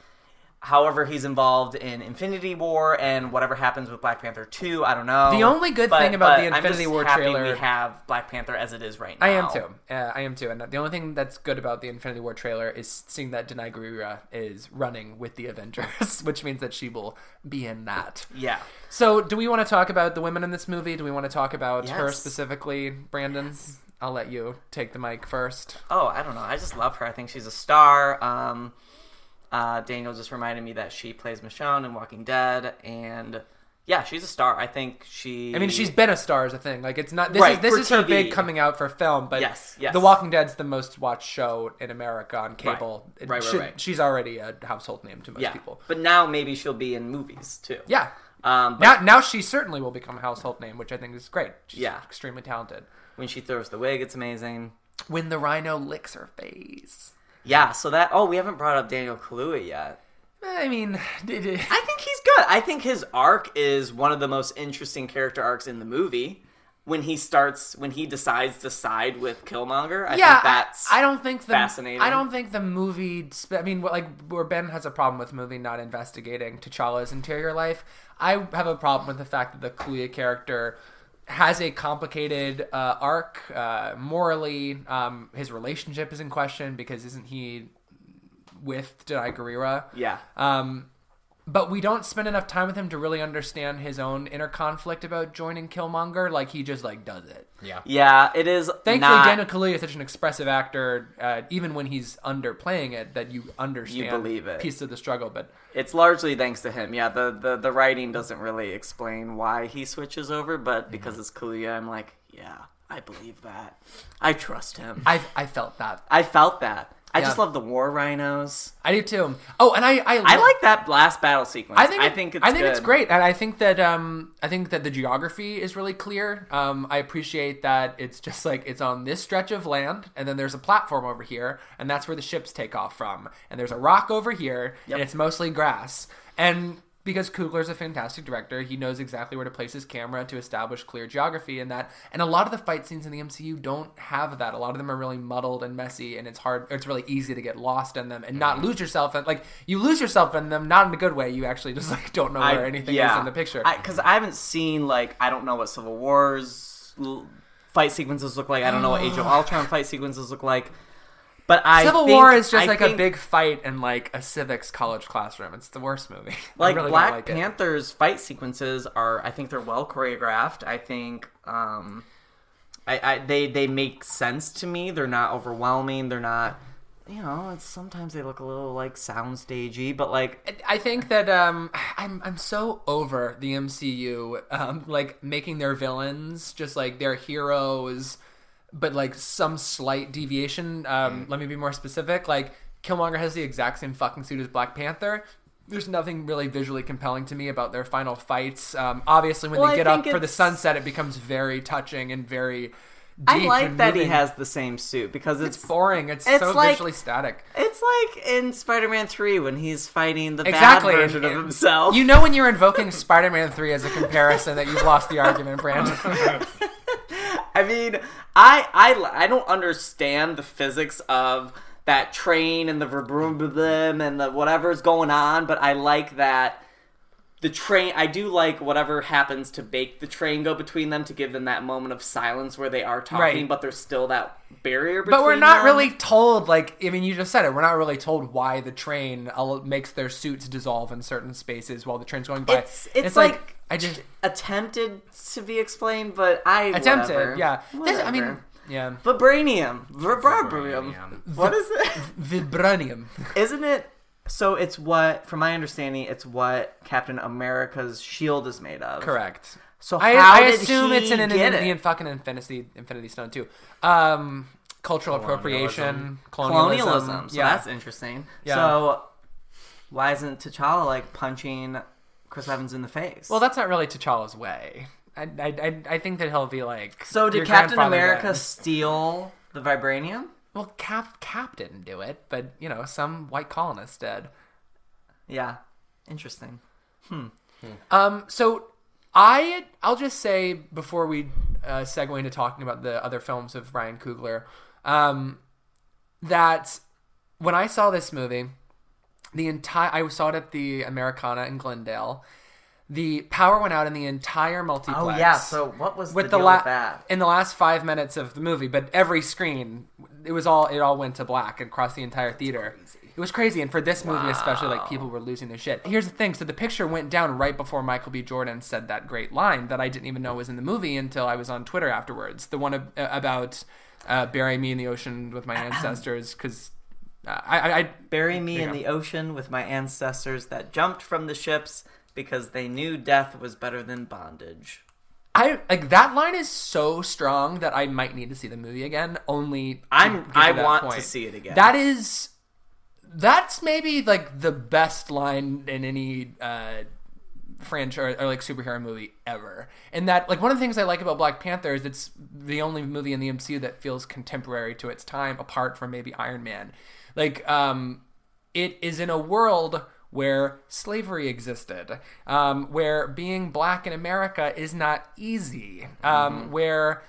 Speaker 3: However, he's involved in Infinity War and whatever happens with Black Panther 2, I don't know.
Speaker 1: The only good
Speaker 3: But-
Speaker 1: thing about the
Speaker 3: but I'm
Speaker 1: Infinity
Speaker 3: just
Speaker 1: War
Speaker 3: happy
Speaker 1: trailer-
Speaker 3: we have Black Panther as it is right now.
Speaker 1: I am too. Uh, I am too. And the only thing that's good about the Infinity War trailer is seeing that Denai Guerrera is running with the Avengers, which means that she will be in that.
Speaker 3: Yeah.
Speaker 1: So, do we want to talk about the women in this movie? Do we want to talk about her
Speaker 3: Yes.
Speaker 1: specifically, Brandon? I'll let you take the mic first.
Speaker 3: oh, I don't know. I just love her. I think she's a star. Um, uh, Daniel just reminded me that she plays Michonne in Walking Dead, and yeah, she's a star. I think she.
Speaker 1: I mean, she's been a star as a thing. Like, it's not this
Speaker 3: Right,
Speaker 1: is this
Speaker 3: for
Speaker 1: is her
Speaker 3: TV.
Speaker 1: big coming out for film. But
Speaker 3: Yes, yes.
Speaker 1: The Walking Dead's the most watched show in America on cable. It
Speaker 3: Right, right,
Speaker 1: should-
Speaker 3: right.
Speaker 1: She's already a household name to most
Speaker 3: yeah.
Speaker 1: people.
Speaker 3: But now maybe she'll be in movies too.
Speaker 1: Yeah.
Speaker 3: Um,
Speaker 1: Now,
Speaker 3: but
Speaker 1: now she certainly will become a household name, which I think is great. She's
Speaker 3: Yeah.
Speaker 1: extremely talented.
Speaker 3: when she throws the wig, it's amazing.
Speaker 1: When the rhino licks her face.
Speaker 3: Yeah. So that. Oh, we haven't brought up Daniel Kaluuya yet.
Speaker 1: I mean, did it-
Speaker 3: I think he's good. I think his arc is one of the most interesting character arcs in the movie. When he starts, when he decides to side with Killmonger, I
Speaker 1: yeah,
Speaker 3: think that's
Speaker 1: I, I don't think the
Speaker 3: fascinating.
Speaker 1: I don't think the movie. sp- I mean, what- like where Ben has a problem with the movie not investigating T'Challa's interior life. I have a problem with the fact that the Kaluuya character has a complicated uh, arc uh, morally. Um, his relationship is in question because isn't he with Denai Guerrera?
Speaker 3: yeah.
Speaker 1: Um, but we don't spend enough time with him to really understand his own inner conflict about joining Killmonger. Like he just like does it.
Speaker 2: Yeah.
Speaker 3: Yeah, it is.
Speaker 1: Thankfully,
Speaker 3: not,
Speaker 1: Daniel Kaluuya is such an expressive actor, uh, even when he's underplaying it, that you understand
Speaker 3: believe it.
Speaker 1: piece of the struggle. But
Speaker 3: It's largely thanks to him. Yeah, the, the the writing doesn't really explain why he switches over, but
Speaker 1: Mm-hmm.
Speaker 3: because it's Kaluuya, I'm like, yeah, I believe that. I trust him. I,
Speaker 1: I, I felt that.
Speaker 3: felt that. I just
Speaker 1: Yeah.
Speaker 3: love the war rhinos.
Speaker 1: I do too. Oh, and I I,
Speaker 3: I like that last battle sequence.
Speaker 1: I think
Speaker 3: I
Speaker 1: it-
Speaker 3: think it's
Speaker 1: I think
Speaker 3: good.
Speaker 1: it's great, and I think that um I think that the geography is really clear. Um, I appreciate that it's just like it's on this stretch of land, and then there's a platform over here, and that's where the ships take off from. And there's a rock over here, and it's mostly grass. And because Kugler's a fantastic director, he knows exactly where to place his camera to establish clear geography and that. And a lot of the fight scenes in the MCU don't have that. A lot of them are really muddled and messy, and it's hard. It's really easy to get lost in them and not lose yourself. And like you lose yourself in them, not in a good way. You actually just like don't know
Speaker 3: I-
Speaker 1: where anything is in the picture.
Speaker 3: Because I, haven't seen like I don't know what Civil War's l- fight sequences look like. I don't know what Age of Ultron fight sequences look like. But I
Speaker 1: Civil
Speaker 3: think-
Speaker 1: War is just
Speaker 3: I
Speaker 1: like a
Speaker 3: think-
Speaker 1: big fight in like a civics college classroom. It's the worst movie. I
Speaker 3: like
Speaker 1: really don't
Speaker 3: Black
Speaker 1: like it.
Speaker 3: Panther's fight sequences are I think they're well choreographed. I think um I, I they they make sense to me. They're not overwhelming. They're not you know, it's sometimes they look a little like soundstagey, but like
Speaker 1: I think that um, I'm I'm so over the MCU, um, like making their villains just like their heroes, but like some slight deviation.
Speaker 3: Mm.
Speaker 1: Um, Let me be more specific. Like Killmonger has the exact same fucking suit as Black Panther. There's nothing really visually compelling to me about their final fights. Um, obviously, when
Speaker 3: Well, I
Speaker 1: they get up
Speaker 3: think
Speaker 1: for the
Speaker 3: it's-
Speaker 1: sunset, it becomes very touching and very. Deep
Speaker 3: I like
Speaker 1: and
Speaker 3: that he
Speaker 1: moving.
Speaker 3: has the same suit because it's
Speaker 1: It's boring. It's,
Speaker 3: It's
Speaker 1: so
Speaker 3: like-
Speaker 1: visually static.
Speaker 3: it's like in Spider-Man 3 when he's fighting the
Speaker 1: Exactly.
Speaker 3: bad version
Speaker 1: and-
Speaker 3: of himself.
Speaker 1: You know when you're invoking Spider-Man 3 as a comparison that you've lost the argument, Brandon.
Speaker 3: I mean, I, I I don't understand the physics of that train and the vroom and the whatever's going on, but I like that the train. I do like whatever happens to make the train go between them to give them that moment of silence where they are talking,
Speaker 1: Right.
Speaker 3: but there's still that barrier. Between
Speaker 1: But we're not
Speaker 3: them.
Speaker 1: really told, like, I mean, you just said it. We're not really told why the train al- makes their suits dissolve in certain spaces while the train's going by.
Speaker 3: It's it's, like,
Speaker 1: I just
Speaker 3: attempted to be explained, but I
Speaker 1: attempted,
Speaker 3: whatever.
Speaker 1: yeah. This- I mean,
Speaker 3: Whatever.
Speaker 1: yeah,
Speaker 3: vibranium, vibranium.
Speaker 2: Vibranium.
Speaker 3: What is it?
Speaker 1: vibranium.
Speaker 3: isn't it so it's what from my understanding it's what captain america's shield is made of
Speaker 1: Correct.
Speaker 3: so
Speaker 1: I,
Speaker 3: how
Speaker 1: I
Speaker 3: did
Speaker 1: assume
Speaker 3: he
Speaker 1: it's in an
Speaker 3: get
Speaker 1: Indian
Speaker 3: it?
Speaker 1: fucking Infinity Infinity Stone too. Um, cultural appropriation, colonialism.
Speaker 3: colonialism so that's interesting
Speaker 1: Yeah.
Speaker 3: so why isn't t'challa like punching chris evans in the face
Speaker 1: Well, that's not really T'Challa's way. I, I, I- I think that he'll be like.
Speaker 3: So did
Speaker 1: your
Speaker 3: Captain
Speaker 1: grandfather
Speaker 3: America
Speaker 1: then.
Speaker 3: steal the vibranium?
Speaker 1: Well, Cap Cap didn't do it, but you know, some white colonist did.
Speaker 3: Yeah. Interesting.
Speaker 1: Um, so I I'll just say before we uh, segue into talking about the other films of Ryan Coogler, um, that when I saw this movie, the entire I saw it at the Americana in Glendale. The power went out in the entire multiplex.
Speaker 3: Oh yeah. So what was
Speaker 1: with
Speaker 3: the,
Speaker 1: the,
Speaker 3: deal
Speaker 1: la-
Speaker 3: with that?
Speaker 1: in the last five minutes of the movie, but every screen, it was all it all went to black across the entire theater. It was crazy, and for this movie especially, like people were losing their shit. Here's the thing: so the picture went down right before Michael B. Jordan said that great line that I didn't even know was in the movie until I was on Twitter afterwards. The one ab- uh, about uh, bury me in the ocean with my ancestors, because uh, I, I, I
Speaker 3: Bury me in
Speaker 1: go.
Speaker 3: the ocean with my ancestors that jumped from the ships because they knew death was better than bondage.
Speaker 1: I like that line is so strong that I might need to see the movie again. Only to
Speaker 3: I'm-
Speaker 1: get
Speaker 3: I
Speaker 1: that
Speaker 3: want to see it again.
Speaker 1: That is, that's maybe like the best line in any uh, franchise or, like superhero movie ever. And that like one of the things I like about Black Panther is it's the only movie in the MCU that feels contemporary to its time, apart from maybe Iron Man. Like um, it is in a world where slavery existed, um, where being black in America is not easy, um, where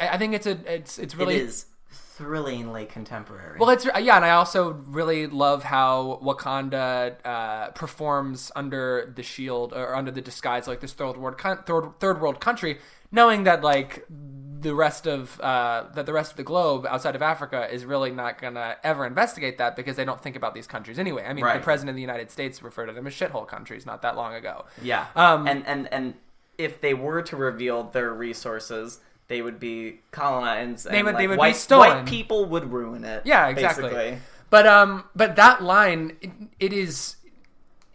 Speaker 1: I I think it's a it's it's
Speaker 3: Mm-hmm. It
Speaker 1: really
Speaker 3: is thrillingly contemporary.
Speaker 1: well, it's yeah, and I also really love how Wakanda uh, performs under the shield or under the disguise, like this third world con- third, third world country, knowing that like the rest of uh, that the rest of the globe outside of Africa is really not gonna ever investigate that because they don't think about these countries anyway. I mean,
Speaker 3: Right.
Speaker 1: the president of the United States referred to them as shithole countries not that long ago.
Speaker 3: yeah.
Speaker 1: Um,
Speaker 3: and and and if they were to reveal their resources, they would be colonized. And
Speaker 1: They would-
Speaker 3: like,
Speaker 1: they would be
Speaker 3: white,
Speaker 1: stolen.
Speaker 3: White people would ruin it.
Speaker 1: Yeah, exactly.
Speaker 3: basically.
Speaker 1: But um, but that line, it, it is,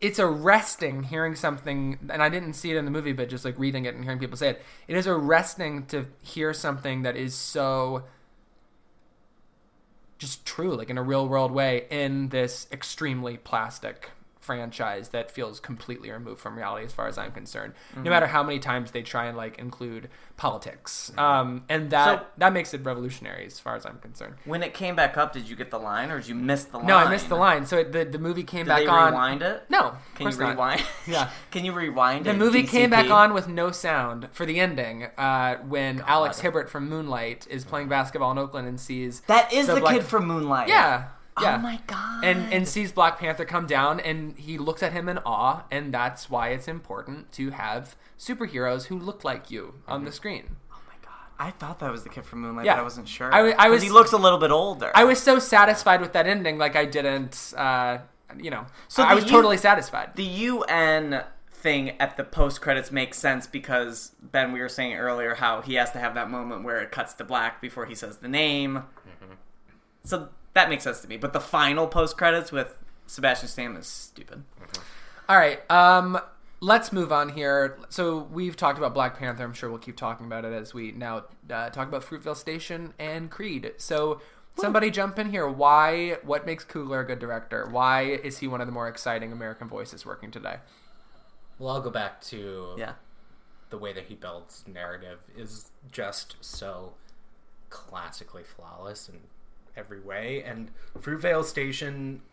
Speaker 1: it's arresting hearing something, and I didn't see it in the movie, but just like reading it and hearing people say it, it is arresting to hear something that is so just true, like in a real world way, in this extremely plastic franchise that feels completely removed from reality as far as I'm concerned.
Speaker 3: Mm-hmm.
Speaker 1: No matter how many times they try and like include politics. Um and that
Speaker 3: Mm-hmm. So-
Speaker 1: that makes it revolutionary as far as I'm concerned.
Speaker 3: When it came back up, did you get the line or did you miss the line?
Speaker 1: No, I missed the line. So it, the the movie came
Speaker 3: Did
Speaker 1: back
Speaker 3: they
Speaker 1: on.
Speaker 3: rewind it?
Speaker 1: No, of
Speaker 3: Can you
Speaker 1: course not.
Speaker 3: rewind?
Speaker 1: Yeah.
Speaker 3: Can you rewind
Speaker 1: The
Speaker 3: it,
Speaker 1: movie came back
Speaker 3: DCP?
Speaker 1: on with no sound for the ending uh, when Alex Hibbert from Moonlight is playing basketball in Oakland and sees
Speaker 3: That is
Speaker 1: So
Speaker 3: the
Speaker 1: Black-
Speaker 3: kid from Moonlight.
Speaker 1: yeah yeah
Speaker 3: Oh my god.
Speaker 1: and and sees Black Panther come down and he looks at him in awe and that's why it's important to have superheroes who look like you on the screen.
Speaker 3: oh my god. I thought that was the kid from Moonlight,
Speaker 1: Yeah.
Speaker 3: but I wasn't sure.
Speaker 1: I wa- I
Speaker 3: 'Cause
Speaker 1: was-
Speaker 3: He looks a little bit older.
Speaker 1: I was so satisfied with that ending, like I didn't, uh, you know. So I
Speaker 3: the
Speaker 1: was
Speaker 3: U-
Speaker 1: totally satisfied.
Speaker 3: the UN thing at the post credits makes sense because Ben, we were saying earlier how he has to have that moment where it cuts to black before he says the name. Mm-hmm. So that makes sense to me. But the final post credits with Sebastian Stan is stupid.
Speaker 1: All right. Um, let's move on here. So we've talked about Black Panther. I'm sure we'll keep talking about it as we now uh, talk about Fruitvale Station and Creed. So somebody jump in here. Why? What makes Coogler a good director? Why is he one of the more exciting American voices working today?
Speaker 2: Well, I'll go back to
Speaker 3: Yeah.
Speaker 2: the way that he builds narrative is just so classically flawless in every way. And Fruitvale Station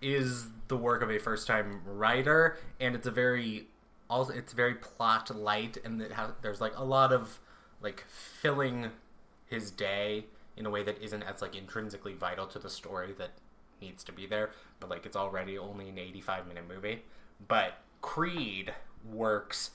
Speaker 2: is the work of a first-time writer, and it's a very also it's very plot light, and it has, there's like a lot of like filling his day in a way that isn't as like intrinsically vital to the story that needs to be there, but like it's already only an 85 minute movie. But Creed works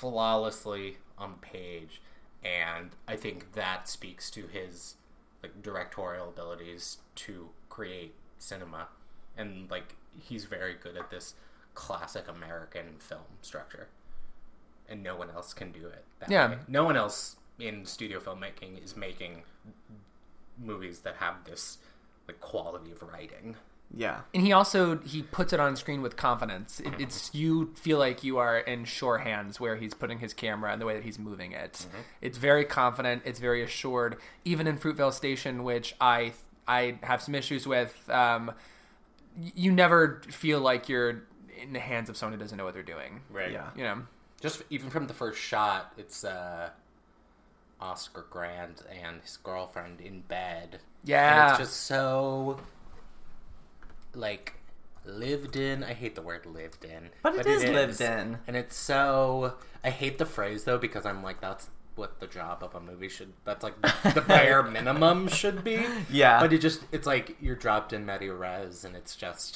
Speaker 2: flawlessly on page and i think that speaks to his like directorial abilities to create cinema and like he's very good at this classic american film structure and no one else can do it that
Speaker 1: Yeah.
Speaker 2: way. no one else in studio filmmaking is making movies that have this like quality of writing
Speaker 3: Yeah.
Speaker 1: And he also he puts it on screen with confidence. It, it's you feel like you are in sure hands where he's putting his camera and the way that he's moving it. It's very confident. It's very assured. Even in Fruitvale Station, which I I have some issues with, um, y- you never feel like you're in the hands of someone who doesn't know what they're doing.
Speaker 2: right
Speaker 3: Yeah.
Speaker 1: You know.
Speaker 2: Just even from the first shot, it's uh, Oscar Grant and his girlfriend in bed. And
Speaker 1: Yeah.
Speaker 2: it's just so like lived in. I hate the word lived in.
Speaker 3: But it is lived in.
Speaker 2: And it's so I hate the phrase though because I'm like that's what the job of a movie should that's like the bare minimum should be.
Speaker 3: Yeah.
Speaker 2: But it just it's like you're dropped in Medi Res and it's just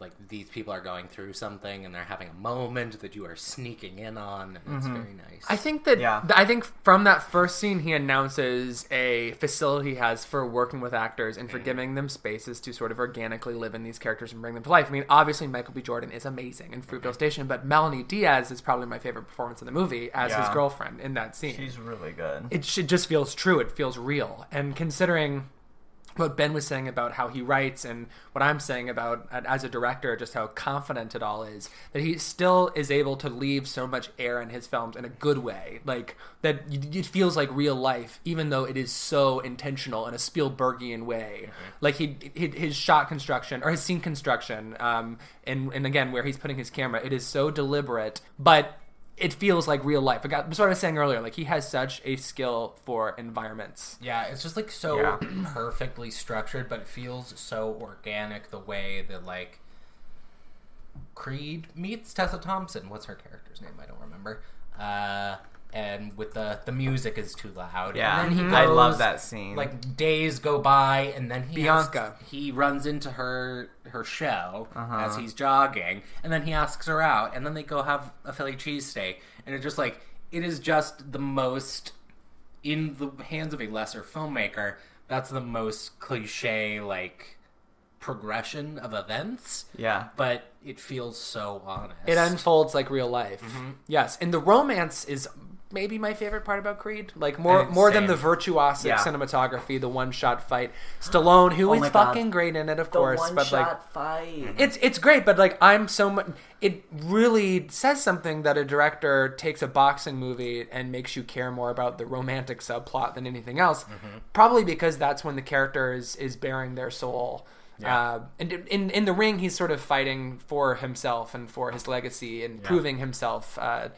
Speaker 2: like these people are going through something and they're having a moment that you are sneaking in on and
Speaker 3: Mm-hmm.
Speaker 2: it's very nice.
Speaker 1: I think that
Speaker 3: Yeah.
Speaker 1: th- I think from that first scene he announces a facility he has for working with actors and
Speaker 3: Mm.
Speaker 1: for giving them spaces to sort of organically live in these characters and bring them to life. I mean, obviously Michael B. Jordan is amazing in Fruitvale Station, but Melanie Diaz is probably my favorite performance in the movie as his
Speaker 3: Yeah.
Speaker 1: girlfriend in that scene.
Speaker 3: She's really good.
Speaker 1: it should just feels true. It feels real. And considering what Ben was saying about how he writes and what I'm saying about uh, as a director, just how confident it all is, that he still is able to leave so much air in his films in a good way. Like that y- it feels like real life, even though it is so intentional in a Spielbergian way. Like he, he his shot construction or his scene construction, um, and and again where he's putting his camera, it is so deliberate, but it feels like real life. Like, I- That's what I was saying earlier. Like he has such a skill for environments.
Speaker 2: Yeah, it's just like so
Speaker 3: Yeah.
Speaker 2: perfectly structured, but it feels so organic the way that like Creed meets Tessa Thompson. What's her character's name? I don't remember. Uh, and with the the music is too loud.
Speaker 3: Yeah, Mm-hmm.
Speaker 2: and then
Speaker 3: I love that scene.
Speaker 2: Like days go by, and then he
Speaker 1: Bianca. Uh-huh.
Speaker 2: asks- he runs into her her show as he's jogging, and then he asks her out, and then they go have a Philly cheesesteak, and it's just like it is just the most in the hands of a lesser filmmaker, that's the most cliche like progression of events.
Speaker 3: Yeah.
Speaker 2: But it feels so honest.
Speaker 1: It unfolds like real life.
Speaker 3: Mm-hmm.
Speaker 1: Yes, and the romance is maybe my favorite part about Creed. Like more
Speaker 2: think
Speaker 1: more than
Speaker 2: same.
Speaker 1: the virtuosic
Speaker 3: Yeah.
Speaker 1: cinematography, the one shot fight. Stallone, who
Speaker 3: Oh
Speaker 1: is
Speaker 3: my God.
Speaker 1: fucking great in it, of course, but like
Speaker 3: fight.
Speaker 1: it's it's great, but like I'm so much. It really says something that a director takes a boxing movie and makes you care more about the romantic subplot than anything else.
Speaker 3: Mm-hmm.
Speaker 1: Probably because that's when the character is is bearing their soul. Uh, and in in the ring, he's sort of fighting for himself and for his legacy and proving himself. Uh,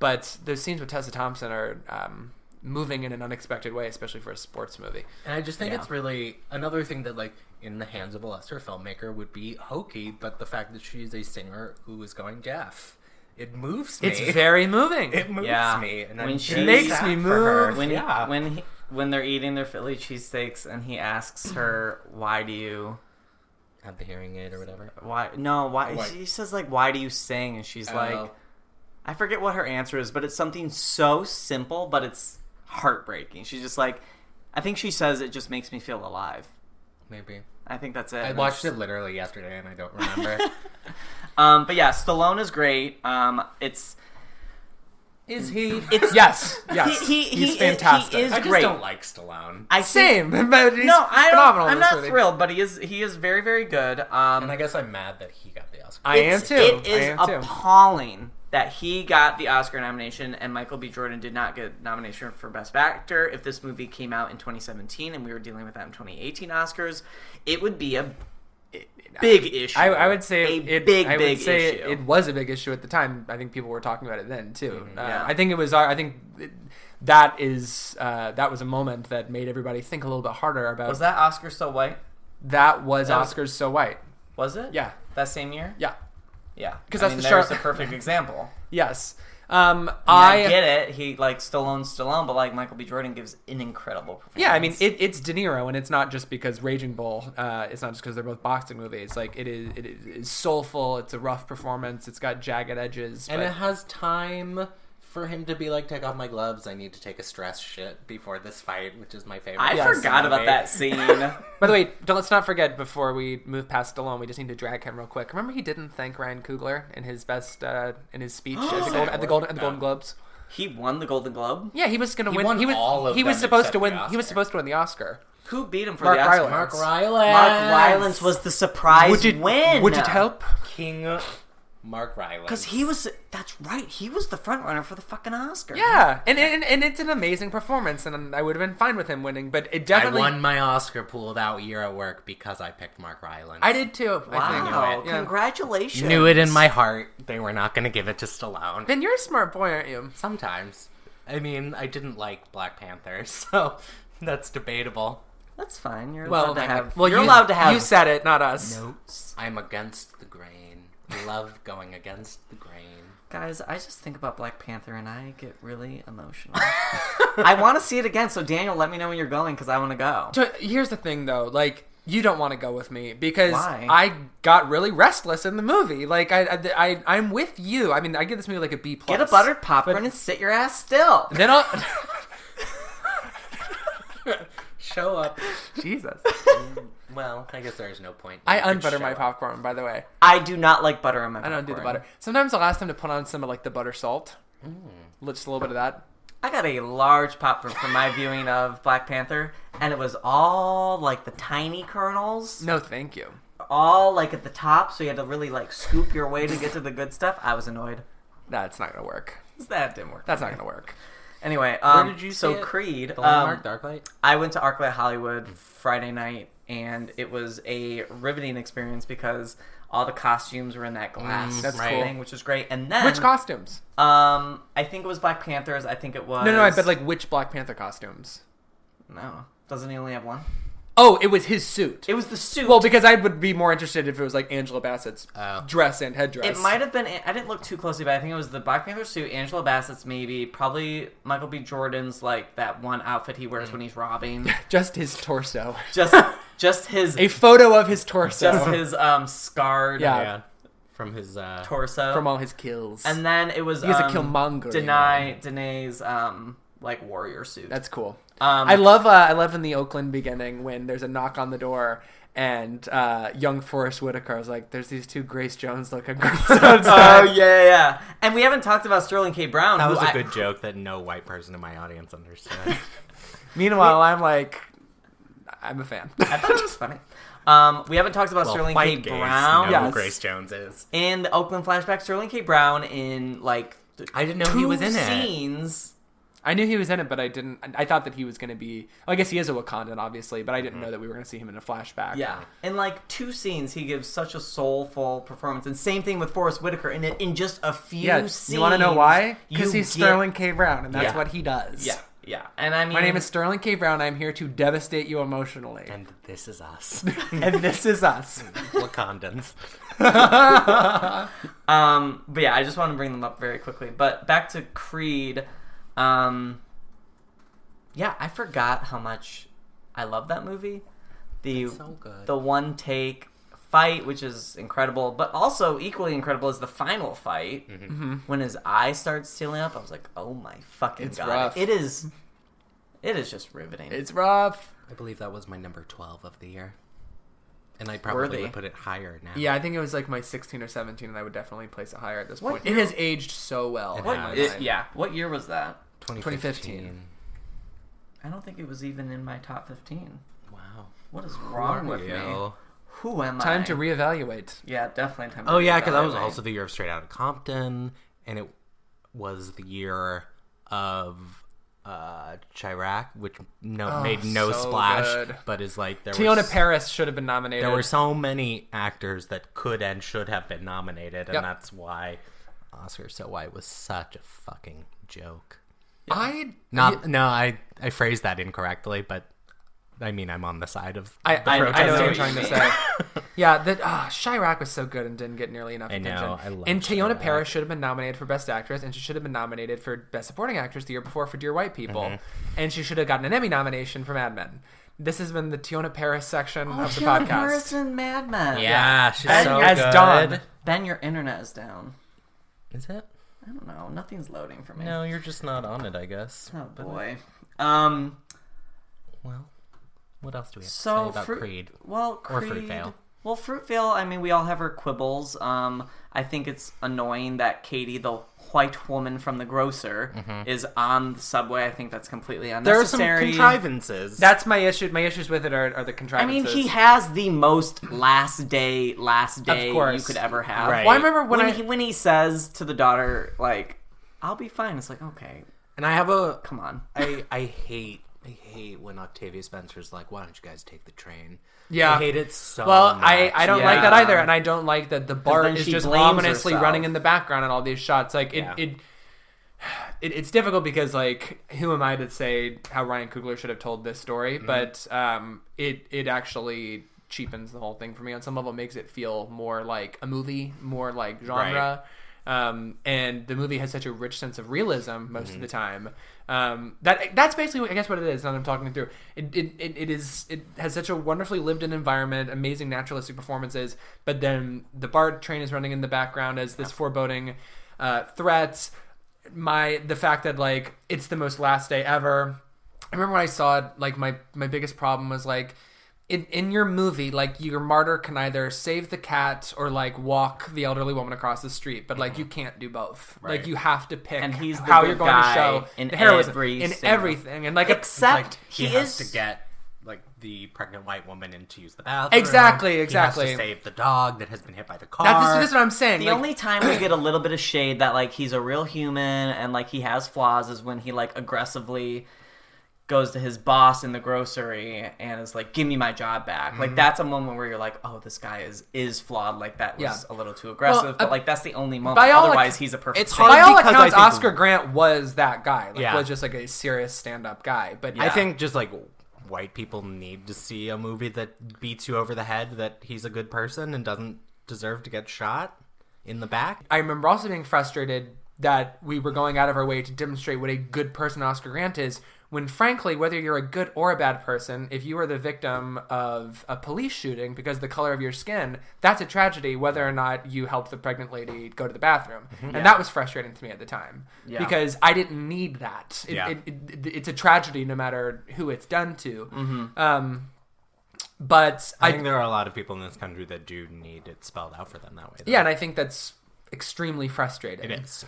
Speaker 1: but those scenes with Tessa Thompson are um, moving in an unexpected way, especially for a sports movie.
Speaker 2: And I just think it's really another thing that, like, in the hands of a lesser filmmaker would be hokey, but the fact that she's a singer who is going deaf, it moves me.
Speaker 1: It's very moving.
Speaker 2: it moves
Speaker 3: Yeah.
Speaker 2: me, and
Speaker 3: When
Speaker 2: I'm
Speaker 3: she-
Speaker 2: very
Speaker 3: Makes
Speaker 2: sad
Speaker 1: me
Speaker 2: for her.
Speaker 1: move.
Speaker 3: When
Speaker 2: yeah.
Speaker 3: when he, when they're eating their Philly cheesesteaks and he asks her, "Why do you
Speaker 2: have the hearing aid or whatever.
Speaker 3: why no why?"
Speaker 2: Why?
Speaker 3: She says like, "Why do you sing?" And she's like,
Speaker 2: Oh.
Speaker 3: "I forget what her answer is, but it's something so simple, but it's heartbreaking." She's just like, "I think she says it just makes me feel alive."
Speaker 2: maybe
Speaker 3: I think that's it.
Speaker 2: I
Speaker 3: And
Speaker 2: watched
Speaker 3: it's-
Speaker 2: it literally yesterday, and I don't remember.
Speaker 3: Um, but yeah, Stallone is great. Um, it's
Speaker 2: is he?
Speaker 3: it's
Speaker 1: yes, yes,
Speaker 3: He- he-
Speaker 1: he's
Speaker 3: he- he
Speaker 1: fantastic.
Speaker 3: is
Speaker 2: I just
Speaker 3: great.
Speaker 2: don't like Stallone.
Speaker 3: I think-
Speaker 1: Same, but he's
Speaker 3: No, I don't,
Speaker 1: phenomenal. in
Speaker 3: I'm
Speaker 1: this
Speaker 3: not
Speaker 1: movie.
Speaker 3: thrilled, but he is he is very very good. Um,
Speaker 2: And I guess I'm mad that he got the Oscar.
Speaker 1: I am
Speaker 3: It's-
Speaker 1: too.
Speaker 3: It is
Speaker 1: I am too.
Speaker 3: appalling that he got the Oscar nomination and Michael B. Jordan did not get nomination for Best Actor. If this movie came out in 2017 and we were dealing with that in 2018 Oscars, it would be a big issue.
Speaker 1: I, I would say
Speaker 3: a
Speaker 1: it,
Speaker 3: big
Speaker 1: I would
Speaker 3: big
Speaker 1: say
Speaker 3: issue.
Speaker 1: It, it was a big issue at the time. I think people were talking about it then too. Uh,
Speaker 3: Mm-hmm, yeah.
Speaker 1: I think it was. our- I think it, that is uh, that was a moment that made everybody think a little bit harder about
Speaker 3: was that Oscar so white?
Speaker 1: that was
Speaker 3: that was-
Speaker 1: Oscars so white.
Speaker 3: Was it?
Speaker 1: Yeah.
Speaker 3: That same year.
Speaker 1: Yeah.
Speaker 3: Yeah.
Speaker 1: 'Cause
Speaker 3: I
Speaker 1: that's
Speaker 3: mean,
Speaker 1: the
Speaker 3: there's
Speaker 1: shark-
Speaker 3: a perfect example.
Speaker 1: Yes. Um,
Speaker 3: I,
Speaker 1: I,
Speaker 3: get it. He like Stallone, Stallone, but like Michael B. Jordan gives an incredible performance.
Speaker 1: Yeah, I mean it, it's De Niro, and it's not just because Raging Bull. Uh, it's not just because they're both boxing movies. Like it is, it is it's soulful. It's a rough performance. It's got jagged edges.
Speaker 2: And
Speaker 1: but-
Speaker 2: it has time for him to be like, take off my gloves. I need to take a stress shit before this fight, which is my favorite.
Speaker 3: I
Speaker 2: Yes.
Speaker 3: forgot about
Speaker 2: movie.
Speaker 3: that scene.
Speaker 1: By the way, don't, let's not forget before we move past Stallone, we just need to drag him real quick. Remember, he didn't thank Ryan Coogler in his best uh, in his speech at the, Gold, at the Golden at the Golden Globes.
Speaker 3: he won the Golden Globe.
Speaker 1: Yeah, he was going to win.
Speaker 2: won
Speaker 1: he was
Speaker 2: all of
Speaker 1: he was
Speaker 2: them
Speaker 1: supposed
Speaker 2: except
Speaker 1: to win.
Speaker 2: the
Speaker 1: He was
Speaker 2: Oscar.
Speaker 1: supposed to win the Oscar.
Speaker 3: Who beat him for
Speaker 1: Mark
Speaker 3: the Oscar?
Speaker 1: Rylance.
Speaker 2: Mark Rylance.
Speaker 3: Mark Rylance was the surprise
Speaker 1: Would it
Speaker 3: win.
Speaker 1: Would it help?
Speaker 2: king Mark Rylance.
Speaker 3: Because he was. That's right. He was the front runner for the fucking Oscar.
Speaker 1: Yeah, and, and and it's an amazing performance, and I would have been fine with him winning, but it
Speaker 2: I
Speaker 1: definitely
Speaker 2: won my Oscar pool that year at work because I picked Mark Rylance.
Speaker 1: I did too. I
Speaker 3: Wow.
Speaker 1: think. Yeah.
Speaker 3: Congratulations.
Speaker 2: knew it in my heart. They were not going to give it to Stallone.
Speaker 1: Then you're a smart boy, aren't you?
Speaker 2: Sometimes. I mean, I didn't like Black Panther, so that's debatable.
Speaker 3: That's fine. You're
Speaker 1: Well,
Speaker 3: allowed to
Speaker 1: I'm-
Speaker 3: have.
Speaker 1: well,
Speaker 3: you're
Speaker 1: you-
Speaker 3: allowed to have.
Speaker 1: You said it, not us.
Speaker 3: notes,
Speaker 2: I'm against the grain. Love going against the grain.
Speaker 3: guys. I just think about Black Panther and I get really emotional. I want to see it again. So Daniel, let me know when you're going because I want to go.
Speaker 1: So here's the thing, though. Like, you don't want to go with me because
Speaker 3: Why?
Speaker 1: I got really restless in the movie. Like, I, I, I I'm with you. I mean, I give this movie like a B plus.
Speaker 3: Get a buttered popcorn
Speaker 1: But-
Speaker 3: and sit your ass still.
Speaker 1: Then I'll.
Speaker 2: Show up.
Speaker 1: Jesus.
Speaker 2: Well, I guess there's no point.
Speaker 1: I
Speaker 2: You could
Speaker 1: unbutter my
Speaker 2: show up.
Speaker 1: popcorn, by the way.
Speaker 3: I do not like butter on my.
Speaker 1: I don't do the butter. Sometimes I'll ask them to put on some of like the butter salt.
Speaker 3: Mm.
Speaker 1: Just a little bit of that.
Speaker 3: I got a large popcorn from my viewing of Black Panther, and it was all like the tiny kernels,
Speaker 1: No, thank you.
Speaker 3: all like at the top. So you had to really like scoop your way to get to the good stuff. I was annoyed.
Speaker 1: That's not gonna work.
Speaker 3: That didn't work.
Speaker 1: That's not gonna work.
Speaker 3: Anyway, um,
Speaker 2: did you
Speaker 3: so
Speaker 2: see it?
Speaker 3: Creed.
Speaker 2: The
Speaker 3: Um,
Speaker 2: landmark Darklight?
Speaker 3: I went to ArcLight Hollywood Friday night, and it was a riveting experience because all the costumes were in that glass
Speaker 1: that's
Speaker 3: thing,
Speaker 1: cool.
Speaker 3: which was great. And then,
Speaker 1: Which costumes?
Speaker 3: um, I think it was Black Panthers. I think it was
Speaker 1: No, no, I bet like which Black Panther costumes.
Speaker 3: no. Doesn't he only have one?
Speaker 1: Oh, it was his suit.
Speaker 3: It was the suit.
Speaker 1: Well, because I would be more interested if it was like Angela Bassett's
Speaker 2: Oh.
Speaker 1: dress and headdress.
Speaker 3: It might have been. I didn't look too closely, but I think it was the Black Panther suit, Angela Bassett's maybe, probably Michael B. Jordan's like that one outfit he wears when he's robbing.
Speaker 1: just his torso.
Speaker 3: Just, just his,
Speaker 1: A photo of his torso
Speaker 3: just his um scarred
Speaker 1: Yeah.
Speaker 2: Yeah. From his uh,
Speaker 3: torso.
Speaker 1: from all his kills.
Speaker 3: and then it was
Speaker 1: he has
Speaker 3: um,
Speaker 1: a Killmonger. you know.
Speaker 3: Deny Danae's um like warrior suit.
Speaker 1: That's cool.
Speaker 3: um,
Speaker 1: I love uh, I love in the Oakland beginning when there's a knock on the door and uh, young Forrest Whitaker is like, "There's these two Grace Jones looking girls
Speaker 3: Oh
Speaker 1: outside."
Speaker 3: yeah, yeah, yeah. And we haven't talked about Sterling K. Brown.
Speaker 2: That was
Speaker 3: a
Speaker 2: a good joke that no white person in my audience understood.
Speaker 1: Meanwhile, I'm like, I'm a fan.
Speaker 3: I thought it was funny. Um, we haven't talked about
Speaker 2: Well,
Speaker 3: Sterling K.
Speaker 2: white gays
Speaker 3: Brown
Speaker 2: know who
Speaker 1: Yes.
Speaker 2: Grace Jones is.
Speaker 3: in the Oakland flashback. Sterling K. Brown in like th-
Speaker 2: I didn't know
Speaker 3: two
Speaker 2: he was in it.
Speaker 3: scenes.
Speaker 1: I knew he was in it, but I didn't. I thought that he was going to be. I guess he is a Wakandan, obviously, but I didn't know that we were going to see him in a flashback.
Speaker 3: Yeah, in like two scenes, he gives such a soulful performance, and same thing with Forrest Whitaker in it in just a few.
Speaker 1: Yeah,
Speaker 3: scenes,
Speaker 1: you want to know why? Because
Speaker 3: you
Speaker 1: he's
Speaker 3: get-
Speaker 1: Sterling K. Brown, and that's
Speaker 3: Yeah.
Speaker 1: what he does.
Speaker 3: Yeah, yeah, and I mean,
Speaker 1: My name is Sterling K. Brown. I'm here to devastate you emotionally.
Speaker 2: And this is us.
Speaker 1: And this is us.
Speaker 2: Wakandans.
Speaker 3: Um, but yeah, I just want to bring them up very quickly. But back to Creed. Um, yeah, I forgot how much I love that movie. The
Speaker 2: so good.
Speaker 3: the one take fight, which is incredible, but also equally incredible is the final fight when his eye starts sealing up. I was like, oh my fucking
Speaker 1: It's
Speaker 3: god!
Speaker 1: rough.
Speaker 3: It is. It is just riveting.
Speaker 1: It's rough.
Speaker 2: I believe that was my number 12 of the year. And I probably
Speaker 3: Worthy.
Speaker 2: would put it higher now.
Speaker 1: Yeah, I think it was like my 16 or 17, and I would definitely place it higher at this
Speaker 3: What
Speaker 1: point.
Speaker 3: year-
Speaker 1: It has aged so well.
Speaker 3: what,
Speaker 1: in my
Speaker 3: it-
Speaker 1: mind.
Speaker 3: yeah. What year was that?
Speaker 2: 2015.
Speaker 1: 2015.
Speaker 3: I don't think it was even in my top fifteen.
Speaker 2: Wow.
Speaker 3: What is wrong with me?
Speaker 2: Yo.
Speaker 3: Who am I?
Speaker 1: Time to reevaluate.
Speaker 3: Yeah, definitely time. to
Speaker 2: Oh, yeah, because that was
Speaker 3: reevaluate.
Speaker 2: also the year of Straight Out of Compton. And it was the year of uh Chirac, which no made
Speaker 3: Oh,
Speaker 2: no
Speaker 1: so
Speaker 2: splash,
Speaker 1: good.
Speaker 2: but is like there
Speaker 1: Leona
Speaker 2: was
Speaker 1: Paris should have been nominated.
Speaker 2: There were so many actors that could and should have been nominated, and
Speaker 1: Yep.
Speaker 2: that's why Oscar So White was such a fucking joke.
Speaker 1: I
Speaker 2: Not no, I I phrased that incorrectly, but I mean I'm on the side of
Speaker 1: I,
Speaker 2: the
Speaker 1: I, I know what
Speaker 2: protesting.
Speaker 1: you're trying to say. yeah, that uh, Chirac was so good and didn't get nearly enough
Speaker 2: I know,
Speaker 1: attention.
Speaker 2: I love
Speaker 1: and Tayona
Speaker 2: Chirac.
Speaker 1: Paris should have been nominated for Best Actress, and she should have been nominated for Best Supporting Actress the year before for Dear White People,
Speaker 2: Mm-hmm.
Speaker 1: and she should have gotten an Emmy nomination for Mad Men. This has been the Tiona Paris section of the
Speaker 3: Sean
Speaker 1: podcast.
Speaker 3: Harrison, Mad Men.
Speaker 2: Yeah, she's
Speaker 1: As,
Speaker 2: so
Speaker 1: as
Speaker 2: good.
Speaker 1: Dawn,
Speaker 3: Ben, your internet is down.
Speaker 2: Is it?
Speaker 3: I don't know. Nothing's loading for me.
Speaker 2: No, you're just not on it, I guess.
Speaker 3: Oh boy. Um.
Speaker 2: Well, what else do we have to
Speaker 3: So
Speaker 2: say about
Speaker 3: fruit.
Speaker 2: Creed?
Speaker 3: Well,
Speaker 2: Or
Speaker 3: Creed.
Speaker 2: Fruitvale.
Speaker 3: Well, Fruitvale. I mean, we all have our quibbles. Um, I I think it's annoying that Katie, the white woman from the grocer, is on the subway. I think that's completely
Speaker 2: Mm-hmm. There are some
Speaker 3: unnecessary.
Speaker 2: contrivances.
Speaker 1: That's my issue. My issues with it are, are the
Speaker 3: I mean,
Speaker 1: contrivances.
Speaker 3: he has the most last day, last day you
Speaker 1: course.
Speaker 3: could ever have.
Speaker 2: Right.
Speaker 1: Well, I remember when,
Speaker 3: When,
Speaker 1: I
Speaker 3: he when he says to the daughter, like, "I'll be fine," it's like, okay,
Speaker 2: and I have a
Speaker 3: come on.
Speaker 2: I, I hate I hate when Octavia Spencer's like, why don't you guys take the train?
Speaker 1: Yeah.
Speaker 2: I hate it so
Speaker 1: Well,
Speaker 2: much.
Speaker 1: I, I don't like that
Speaker 3: Yeah.
Speaker 1: either, and I don't like that the bar
Speaker 3: then
Speaker 1: is
Speaker 3: she
Speaker 1: just
Speaker 3: blames
Speaker 1: ominously
Speaker 3: herself.
Speaker 1: running in the background in all these shots. Like it,
Speaker 2: Yeah.
Speaker 1: it, it, it's difficult because like who am I to say how Ryan Coogler should have told this
Speaker 3: Mm-hmm.
Speaker 1: story? But um, it it actually cheapens the whole thing for me on some level. It Makes it feel more like a movie, more like genre. Um, and the movie has such a rich sense of realism most of the time. Um, that that's basically what- I guess what it is. Now that I'm talking it through, it, it, it, it is it has such a wonderfully lived in environment, amazing naturalistic performances. But then the BART train is running in the background as this foreboding uh, threats. My the fact that like it's the most last day ever. I remember when I saw it, like my my biggest problem was like in in your movie, like your martyr can either save the cat or like walk the elderly woman across the street, but like you can't do both. Like you have to pick
Speaker 3: Mm-hmm. And he's the
Speaker 1: how
Speaker 3: good
Speaker 1: you're going
Speaker 3: guy
Speaker 1: to show
Speaker 3: in
Speaker 1: the heroism
Speaker 3: every
Speaker 1: in
Speaker 3: single-
Speaker 1: everything, and like
Speaker 3: Except
Speaker 2: Like,
Speaker 3: he,
Speaker 2: he, has
Speaker 3: is
Speaker 2: to get like the pregnant white woman in to use the bathroom.
Speaker 1: Exactly,
Speaker 2: He has to
Speaker 1: exactly.
Speaker 2: save the dog that has been hit by the car.
Speaker 1: that's, that's, what I'm saying.
Speaker 3: the
Speaker 1: like,
Speaker 3: only time we get a little bit of shade that like he's a real human and like he has flaws is when he like aggressively goes to his boss in the grocery and is like give me my job back
Speaker 2: Mhm.
Speaker 3: like that's a moment where you're like oh this guy is is flawed like that was
Speaker 1: Yeah.
Speaker 3: a little too aggressive
Speaker 1: Well,
Speaker 3: but
Speaker 1: uh,
Speaker 3: like that's the only moment
Speaker 1: by all
Speaker 3: otherwise
Speaker 1: acc-
Speaker 3: he's a perfect
Speaker 2: it's
Speaker 3: saint.
Speaker 1: by all
Speaker 2: because I
Speaker 1: accounts,
Speaker 2: think-
Speaker 1: Oscar Grant was that guy. Like
Speaker 2: Yeah.
Speaker 1: was just like a serious stand up guy. But
Speaker 2: I
Speaker 1: yeah.
Speaker 2: think just like white people need to see a movie that beats you over the head that he's a good person and doesn't deserve to get shot in the back.
Speaker 1: I remember also being frustrated that we were going out of our way to demonstrate what a good person Oscar Grant is, when frankly, whether you're a good or a bad person, if you are the victim of a police shooting because of the color of your skin, that's a tragedy, whether or not you helped the pregnant lady go to the bathroom.
Speaker 2: Mm-hmm.
Speaker 1: And that was frustrating to me at the time because I didn't need that. It,
Speaker 2: Yeah.
Speaker 1: it, it, it's a tragedy no matter who it's done to. Um, but
Speaker 2: Mm-hmm. I
Speaker 1: I,
Speaker 2: think there are a lot of people in this country that do need it spelled out for them that way. though.
Speaker 1: yeah, and I think that's extremely frustrating.
Speaker 2: it is.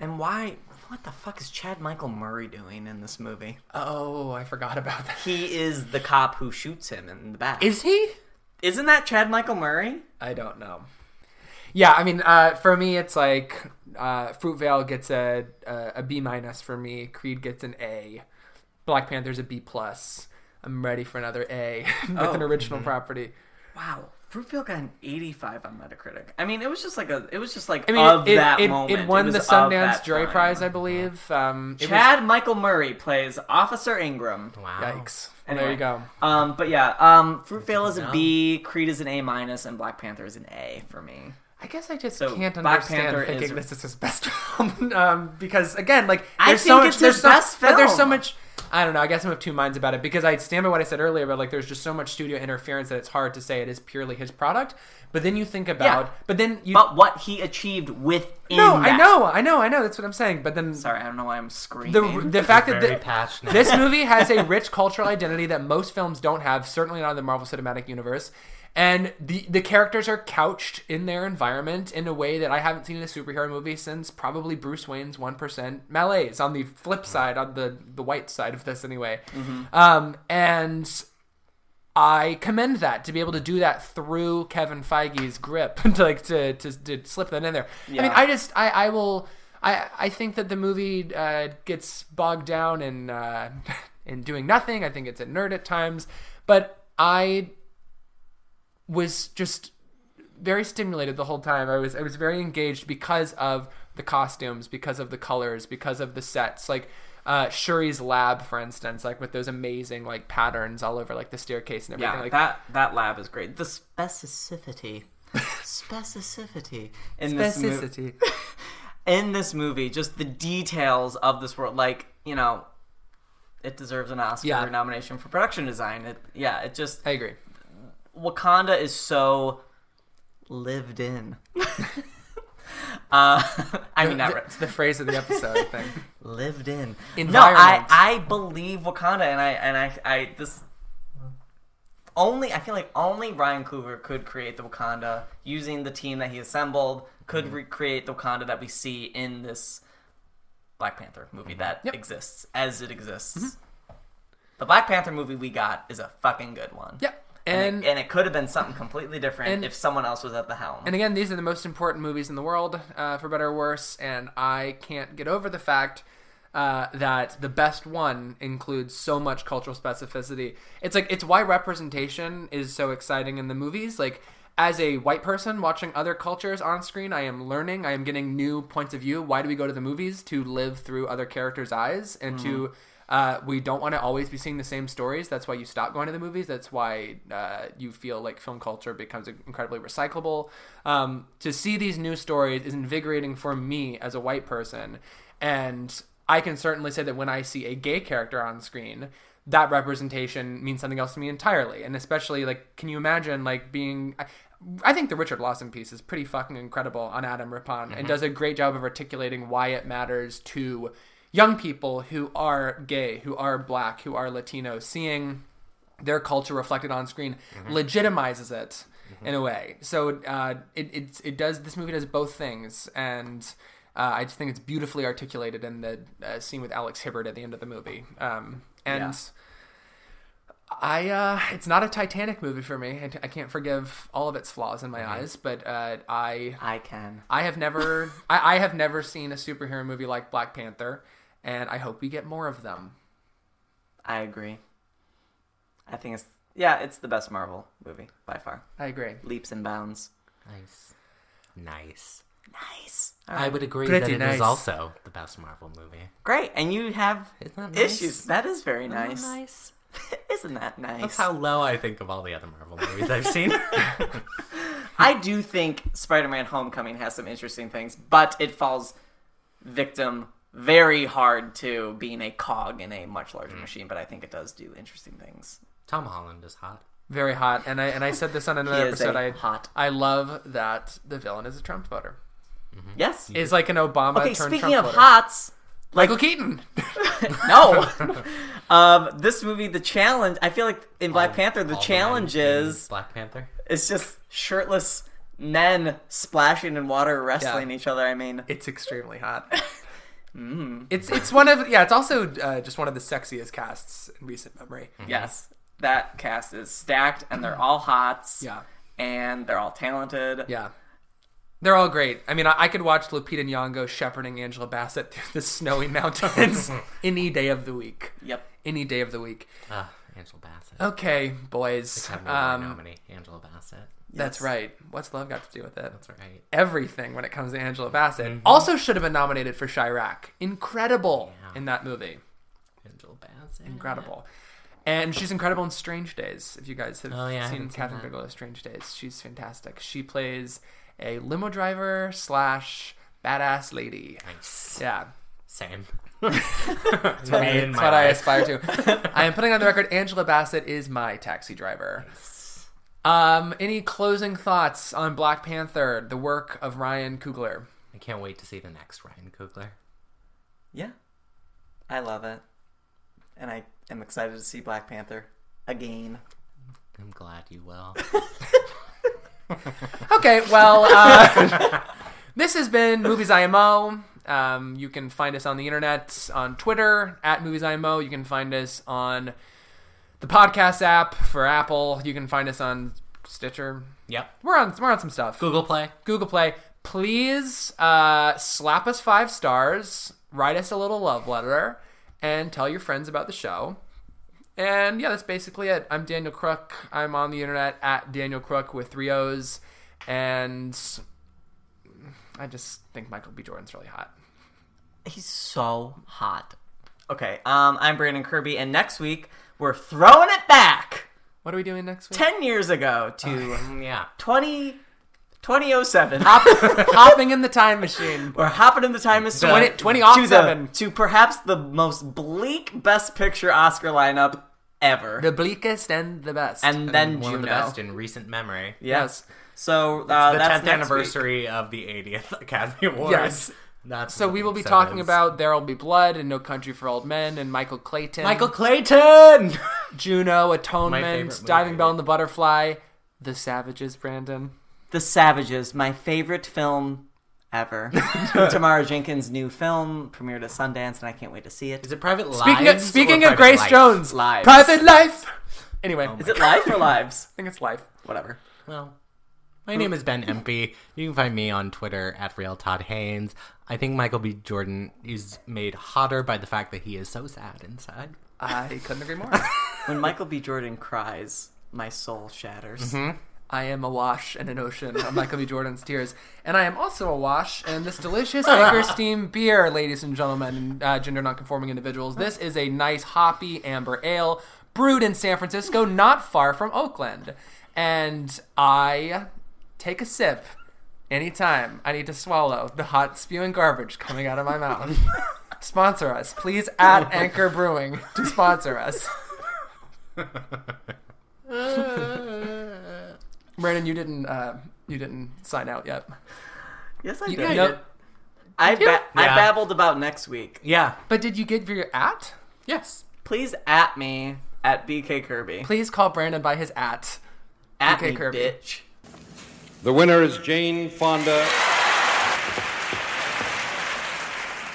Speaker 3: and why what the fuck is chad michael murray doing in this movie
Speaker 1: Oh, I forgot about that.
Speaker 3: he is the cop who shoots him in the back
Speaker 1: Is he?
Speaker 3: isn't that chad michael murray
Speaker 1: I don't know. Yeah, I mean, uh, for me, it's like uh, Fruitvale gets a, a a B minus for me. Creed gets an A. Black Panther's a B plus. I'm ready for another A with an
Speaker 3: Oh.
Speaker 1: original
Speaker 3: Mm-hmm.
Speaker 1: property.
Speaker 3: Wow, Fruitvale got an 85 on Metacritic. I mean, it was just like a, it was just like
Speaker 1: I mean,
Speaker 3: of
Speaker 1: it, it-
Speaker 3: that
Speaker 1: it,
Speaker 3: moment.
Speaker 1: it won
Speaker 3: was
Speaker 1: the
Speaker 3: of
Speaker 1: Sundance
Speaker 3: that
Speaker 1: Jury
Speaker 3: time.
Speaker 1: Prize, I believe. Um, it was-
Speaker 3: Chad Michael Murray plays Officer Ingram.
Speaker 2: Wow.
Speaker 1: yikes! Well, there
Speaker 3: Anyway,
Speaker 1: you go.
Speaker 3: Um, but yeah, um, Fruitvale is a B, Creed is an A minus, and Black Panther is an A for me.
Speaker 1: I guess I just
Speaker 3: So,
Speaker 1: can't
Speaker 3: Black
Speaker 1: understand
Speaker 3: Panther
Speaker 1: thinking
Speaker 3: is-
Speaker 1: this is his best film um, because again, like
Speaker 3: I
Speaker 1: there's so
Speaker 3: think
Speaker 1: much,
Speaker 3: it's
Speaker 1: there's
Speaker 3: his
Speaker 1: so,
Speaker 3: best
Speaker 1: but there's so
Speaker 3: film.
Speaker 1: much. I don't know. I guess I'm of two minds about it because I stand by what I said earlier about like there's just so much studio interference that it's hard to say it is purely his product. But then you think about, but then you
Speaker 3: But what he achieved within
Speaker 1: no, I
Speaker 3: that-
Speaker 1: know, I know, I know. That's what I'm saying. But then
Speaker 3: Sorry, I don't know why I'm screaming.
Speaker 1: the the fact that
Speaker 2: Very
Speaker 1: the-
Speaker 2: passionate.
Speaker 1: this movie has a rich cultural identity that most films don't have, certainly not in the Marvel Cinematic Universe. And the, the characters are couched in their environment in a way that I haven't seen in a superhero movie since probably Bruce Wayne's 1% Malaise on the flip side, on the, the white side of this anyway. Um, and I commend that to be able to do that through Kevin Feige's grip, to like to, to to slip that in there. I mean,
Speaker 3: Yeah.
Speaker 1: I just I I will I I think that the movie uh, gets bogged down in uh, in doing nothing. I think it's a nerd at times, but I was just very stimulated the whole time. I was I was very engaged because of the costumes, because of the colors, because of the sets. Like uh, Shuri's lab, for instance, like with those amazing like patterns all over like the staircase and everything.
Speaker 3: yeah,
Speaker 1: like
Speaker 3: that that lab is great. The specificity, specificity in this movie.
Speaker 1: specificity.
Speaker 3: in this movie, just the details of this world, like you know, it deserves an Oscar
Speaker 1: Yeah.
Speaker 3: nomination for production design. It, yeah, it just
Speaker 1: I agree.
Speaker 3: Wakanda is so lived in. uh, I mean, not re-
Speaker 1: It's the phrase of the episode. I think.
Speaker 3: lived in. No, I
Speaker 1: Environment.
Speaker 3: I believe Wakanda, and I and I I this. only I feel like only Ryan Coogler could create the Wakanda using the team that he assembled.
Speaker 1: Mm-hmm.
Speaker 3: Could recreate the Wakanda that we see in this Black Panther movie
Speaker 1: Mm-hmm.
Speaker 3: that exists as it exists. The Black Panther movie we got is a fucking good one.
Speaker 1: Yep.
Speaker 3: And,
Speaker 1: And
Speaker 3: it, and it could have been something completely different
Speaker 1: and-
Speaker 3: if someone else was at the helm.
Speaker 1: And again, these are the most important movies in the world, uh, for better or worse, and I can't get over the fact uh, that the best one includes so much cultural specificity. It's like it's why representation is so exciting in the movies. Like as a white person watching other cultures on screen, I am learning. I am getting new points of view. Why do we go to the movies to live through other characters' eyes and to uh, we don't want to always be seeing the same stories. That's why you stop going to the movies. That's why uh, you feel like film culture becomes incredibly recyclable. Um, to see these new stories is invigorating for me as a white person. And I can certainly say that when I see a gay character on screen, that representation means something else to me entirely. And especially, like, can you imagine, like, being. I, I think the Richard Lawson piece is pretty fucking incredible on Adam Rippon and does a great job of articulating why it matters to young people who are gay, who are black, who are Latino, seeing their culture reflected on screen legitimizes it in a way. So uh, it, it it does this movie does both things, and uh, I just think it's beautifully articulated in the uh, scene with Alex Hibbert at the end of the movie. Um, and I uh, it's not a Titanic movie for me. I, I can't forgive all of its flaws in my eyes, but uh, I
Speaker 3: I can.
Speaker 1: I have never I, I have never seen a superhero movie like Black Panther, and I hope we get more of them.
Speaker 3: I agree. I think it's yeah, it's the best Marvel movie by far.
Speaker 1: I agree.
Speaker 3: Leaps and bounds.
Speaker 2: Nice. Nice.
Speaker 3: Nice.
Speaker 2: I would agree
Speaker 1: Pretty
Speaker 2: that it is
Speaker 1: nice.
Speaker 2: also the best Marvel movie.
Speaker 3: Great. And you have
Speaker 2: Isn't that nice?
Speaker 3: issues. That is very nice.
Speaker 2: nice.
Speaker 3: Isn't that nice?
Speaker 2: That's how low I think of all the other Marvel movies I've seen.
Speaker 3: I do think Spider-Man: Homecoming has some interesting things, but it falls victim very hard to being a cog in a much larger
Speaker 2: Mm.
Speaker 3: machine. But I think it does do interesting things.
Speaker 2: Tom Holland is hot.
Speaker 1: Very hot, and I and I said this on another
Speaker 3: He is
Speaker 1: episode.
Speaker 3: a
Speaker 1: I
Speaker 3: hot.
Speaker 1: I love that the villain is a Trump voter.
Speaker 2: Mm.
Speaker 3: Yes.
Speaker 1: Is like an Obama.
Speaker 3: okay.
Speaker 1: turned
Speaker 3: Speaking
Speaker 1: Trump
Speaker 3: of
Speaker 1: voter.
Speaker 3: hots,
Speaker 1: Michael Keaton.
Speaker 3: no. um, this movie, the challenge. I feel like in Black Panther, the
Speaker 2: All
Speaker 3: challenge
Speaker 2: men in
Speaker 3: is
Speaker 2: Black Panther.
Speaker 3: it's just shirtless men splashing in water, wrestling
Speaker 1: Yeah.
Speaker 3: each other. I mean,
Speaker 1: It's extremely hot.
Speaker 3: Mm.
Speaker 1: It's it's one of yeah. It's also uh, just one of the sexiest casts in recent memory.
Speaker 3: yes, that cast is stacked, and they're all hots.
Speaker 1: Yeah.
Speaker 3: And they're all talented.
Speaker 1: Yeah. They're all great. I mean, I, I could watch Lupita Nyong'o shepherding Angela Bassett through the snowy mountains any day of the week.
Speaker 3: Yep.
Speaker 1: Any day of the week.
Speaker 2: Ah, Angela Bassett.
Speaker 1: Okay, boys.
Speaker 2: Academy Award
Speaker 1: Um,
Speaker 2: nominee Angela Bassett.
Speaker 1: that's right. What's love got to do with it?
Speaker 2: That's right. Mm-hmm.
Speaker 1: everything when it comes to Angela Bassett. Also, should have been nominated for Chirac. Incredible in that movie.
Speaker 2: Angela Bassett.
Speaker 1: Incredible. And she's incredible in Strange Days. If you guys have
Speaker 2: Oh, yeah, I
Speaker 1: seen
Speaker 2: haven't seen
Speaker 1: Catherine
Speaker 2: that.
Speaker 1: Bigelow's Strange Days, she's fantastic. She plays a limo driver slash badass lady.
Speaker 2: Nice.
Speaker 1: Yeah,
Speaker 2: Same. That's what,
Speaker 1: that's what I aspire to. I am putting on the record: Angela Bassett is my taxi driver. Um, any closing thoughts on Black Panther, the work of Ryan Coogler?
Speaker 2: I can't wait to see the next Ryan Coogler.
Speaker 3: Yeah. I love it. And I am excited to see Black Panther again.
Speaker 2: I'm glad you will.
Speaker 1: Okay, well, uh, this has been Movies IMO. Um, you can find us on the internet on Twitter at Movies IMO. You can find us on the podcast app for Apple. You can find us on Stitcher.
Speaker 2: yep.
Speaker 1: We're on we're on some stuff.
Speaker 2: Google Play.
Speaker 1: Google Play. Please uh, slap us five stars, write us a little love letter, and tell your friends about the show. And yeah, that's basically it. I'm Daniel Crook. I'm on the internet at Daniel Crook with three O's. And I just think Michael B. Jordan's really hot.
Speaker 3: He's so hot. Okay, um, I'm Brandon Kirby, and next week we're throwing it back
Speaker 1: What are we doing next week?
Speaker 3: 10 years ago to
Speaker 2: Mm, Yeah.
Speaker 3: 20, 2007.
Speaker 1: Hopping in the time machine.
Speaker 3: we're hopping in the time machine.
Speaker 1: 20 20 off
Speaker 3: to
Speaker 2: oh
Speaker 3: the-
Speaker 1: seven.
Speaker 3: to perhaps the most bleak Best Picture Oscar lineup ever.
Speaker 1: The bleakest and the best.
Speaker 3: and then
Speaker 2: One
Speaker 3: Juno.
Speaker 2: of the best in recent memory.
Speaker 3: Yeah.
Speaker 1: yes.
Speaker 3: So uh,
Speaker 2: the
Speaker 3: that's
Speaker 2: 10th
Speaker 3: next week.
Speaker 2: anniversary of the 80th Academy Awards.
Speaker 1: Yes.
Speaker 2: Not
Speaker 1: So we will be
Speaker 2: so
Speaker 1: talking
Speaker 2: it's-
Speaker 1: about There Will Be Blood and No Country for Old Men and Michael Clayton,
Speaker 2: Michael Clayton.
Speaker 1: Juno,
Speaker 2: My favorite
Speaker 1: Atonement,
Speaker 2: movie.
Speaker 1: Diving Bell and the Butterfly, The Savages, Brandon.
Speaker 3: The Savages, my favorite film ever. Tamara Jenkins' new film premiered at Sundance, and I can't wait to see it.
Speaker 2: Is it Private
Speaker 1: Speaking of,
Speaker 2: Lives?
Speaker 1: speaking
Speaker 2: or
Speaker 1: of
Speaker 2: Private
Speaker 1: Grace
Speaker 2: Life?
Speaker 1: Jones,
Speaker 3: Lives.
Speaker 1: Private Life. Oh Anyway,
Speaker 3: Is it live or lives?
Speaker 1: I think it's Life.
Speaker 3: Whatever.
Speaker 2: Well, my name is Ben MP. You can find me on Twitter at Real Todd Haynes. I think Michael B. Jordan is made hotter by the fact that he is so sad inside.
Speaker 1: I couldn't agree more.
Speaker 3: When Michael B. Jordan cries, my soul shatters.
Speaker 2: Mm-hmm.
Speaker 1: I am awash in an ocean of Michael B. Jordan's tears, and I am also awash in this delicious Anchor Steam beer, ladies and gentlemen, and, uh, gender nonconforming individuals. This is a nice hoppy amber ale brewed in San Francisco, not far from Oakland, and I take a sip anytime I need to swallow the hot spewing garbage coming out of my mouth. sponsor us, please. At Anchor Brewing to sponsor us. Brandon, you didn't uh, you didn't sign out yet.
Speaker 3: Yes, I
Speaker 1: You-
Speaker 3: did.
Speaker 1: no-
Speaker 3: I, ba- I
Speaker 2: Yeah.
Speaker 3: babbled about next week.
Speaker 2: Yeah.
Speaker 1: But did you get your at?
Speaker 2: Yes.
Speaker 3: Please at me at BK Kirby.
Speaker 1: Please call Brandon by his at.
Speaker 3: at
Speaker 1: BK
Speaker 3: me,
Speaker 1: Kirby.
Speaker 3: bitch.
Speaker 5: The winner is Jane Fonda.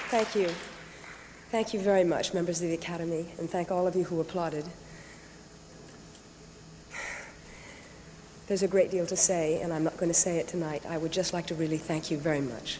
Speaker 6: Thank you. Thank you very much, members of the Academy, and thank all of you who applauded. There's a great deal to say, and I'm not going to say it tonight. I would just like to really thank you very much.